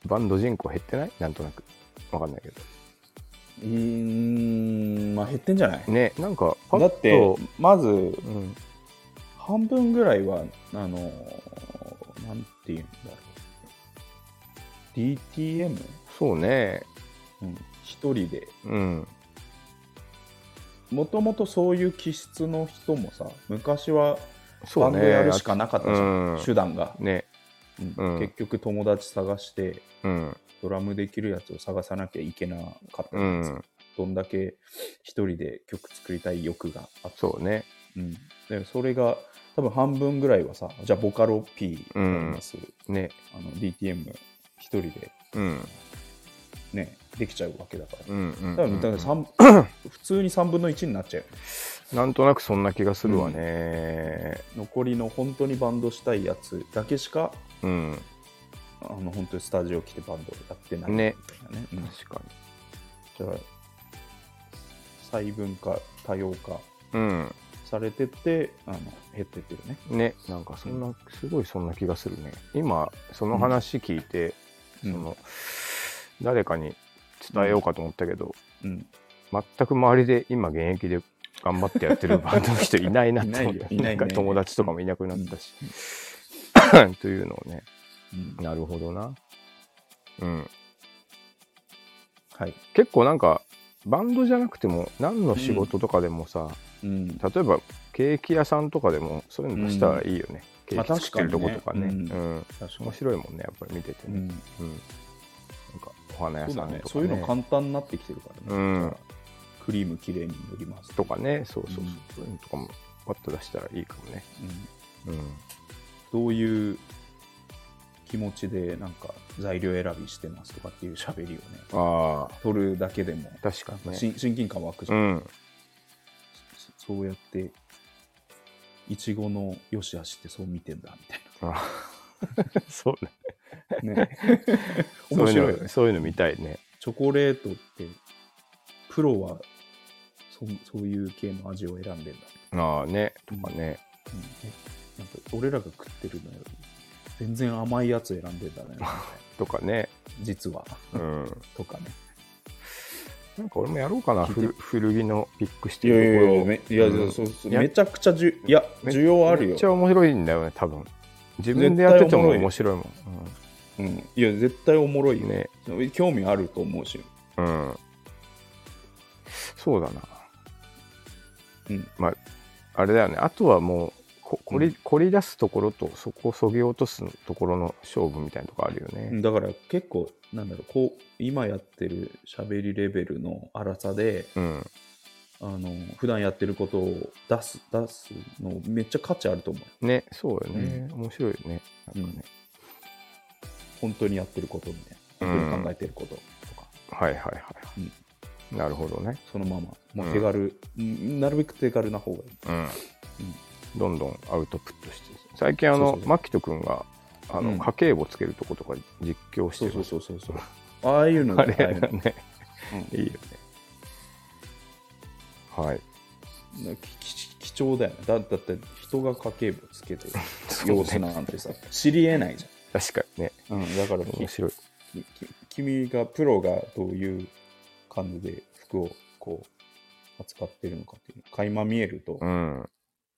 バンド人口減ってないなんとなく。わかんないけうーんまあ減ってんじゃないど。ね、なんか、パッとだってまずうん。半分ぐらいはあのーなんていうんだろう DTM そうね。うん一人でうん。もともとそういう気質の人もさ昔はそバうンね。ドやるしかなかったじゃん、うん手段が、ね。うんうん結局友達探してうん。ドラムできるやつを探さなきゃいけなかったじうゃないですかん。どんだけ一人で曲作りたい欲があってそうね。うん、でそれが多分半分ぐらいはさじゃあボカロ P やります、ね。あの DTM 一人でうん。ねできちゃうわけだから、うん。うん多分だからうん三普通に3分の1になっちゃうよねなんとなくそんな気がするわね。残りの本当にバンドしたいやつだけしかうん。あの本当にスタジオ来てバンドやってないみたいねなね、うん確かじゃあ細分化多様化に。うん。されてて、あの減ってってるね。ねなんかそんなすごいそんな気がするね今その話聞いて、うんその誰かに伝えようかと思ったけど、うん、全く周りで今現役で頑張ってやってるバンドの人い ないなと思っいないてよいないいないんか友達とかもいなくなったし、 というのをねうん、なるほどなうんはい。結構なんかバンドじゃなくても何の仕事とかでもさ、うん、例えばケーキ屋さんとかでもそういうの出したらいいよね、うんケーキ作ってるとことかね,、まあ確かにねうん確かに面。白いもんねやっぱり見ててうね、ん、うんなんかお花屋そうさだんとかねね。そういうの簡単になってきてるからね。うんクリームきれいに塗りますとかねそうそうそうう、んそういうのとかもパッと出したらいいかもね、うんうん、どういう気持ちでなんか材料選びしてますとかっていう喋りをねああ取るだけでも、確かにねし親近感湧くじうゃん、 んそそうやっていちごの良し悪しってそう見てんだみたいあそうねなね 面白いよ そういうねのそういうの見たいねチョコレートってプロはそそういう系の味を選んでんだ、ああねとかね、うんえなんか俺らが食ってるのより全然甘いやつ選んでんだ ねとかね実はうんとかねなんか俺もやろうかな聞いて古古着のピックしていやいやいるや、ところめいやうんそうそういやめちゃくちゃじゅいやめ需要あるめよっち。ゃ面白いんだよね多分自分でやってても面絶白いもんうん、いや絶対おもろういんよ、ね興味あると思うし。うんそうだなうんまああれだよねあとはもうここり,、うんこり出すところとそこをそぎ落とすところの勝負みたいなとこあるよね、だから結構なんだろうこう今やってる喋りレベルの荒さでうん、あの普段やってることを出す出すのめっちゃ価値あると思う。ねそうよね、面白いよねなんかね、本当にやってることみたいなうん本当に考えてることとか、はいはいはい、はいなるほどね、そのままもうんう手軽、うんなるべく手軽な方がいい。うんどんどんアウトプットして最近あそうのそうそう牧人君があの、うん家計簿つけるとことか実況してそうるそうそうそうそう。ああいうのがあれああいうのねうんいいよねはいきき貴重だよねだだって人が家計簿つけてるそう様ね子なんてさ知りえないじ確かにねゃん、うん、だからき面白いきき君がプロがどういう感じで服をこう扱ってるのかっていうの垣間見えるとうん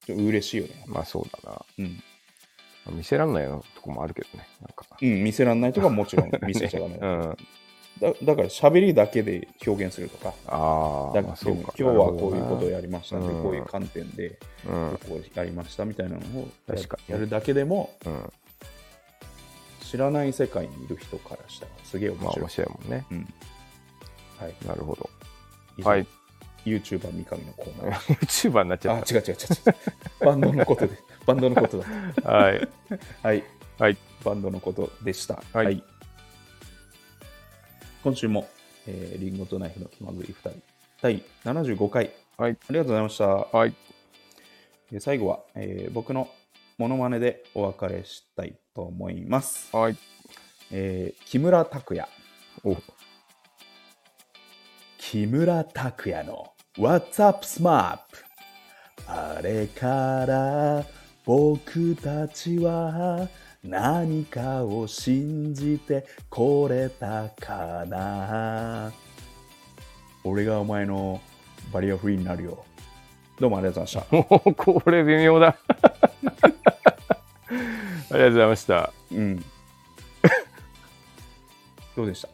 ちょ嬉しいよね、まあそうだなうん見せらんないようなとこもあるけどねなんかうん、見せらんないとかもちろん見せちゃダメだ,、うん、あだだから喋りだけで表現するとかあだまあでそうもか今日はこういうことをややりましたんで、うんこういう観点でうん、こうやりましたみたいなのをや確かにやるだけでもうん、知らない世界にいる人からしたらすげえま面あ白い。面白いもんねうんはい、なるほど 以上はい YouTuber 三上のコーナー。 YouTuber になっちゃあっ、違う違う違う違 う。バンドのことで、バンドのことだ。たはいはい、はいバンドのことでした。はい今週も、えーリンゴとナイフの気まずい2人、第75回、はいありがとうございました。はいで最後は、えー僕のモノマネでお別れしたいと思います。はい えー木村拓哉。お木村拓哉の What's Up SMAP あれから僕たちは何かを信じてこれたかな俺がお前のバリアフリーになるよどうもありがとうございましもうこれ微妙だ ありがとうございましたたうん どうでした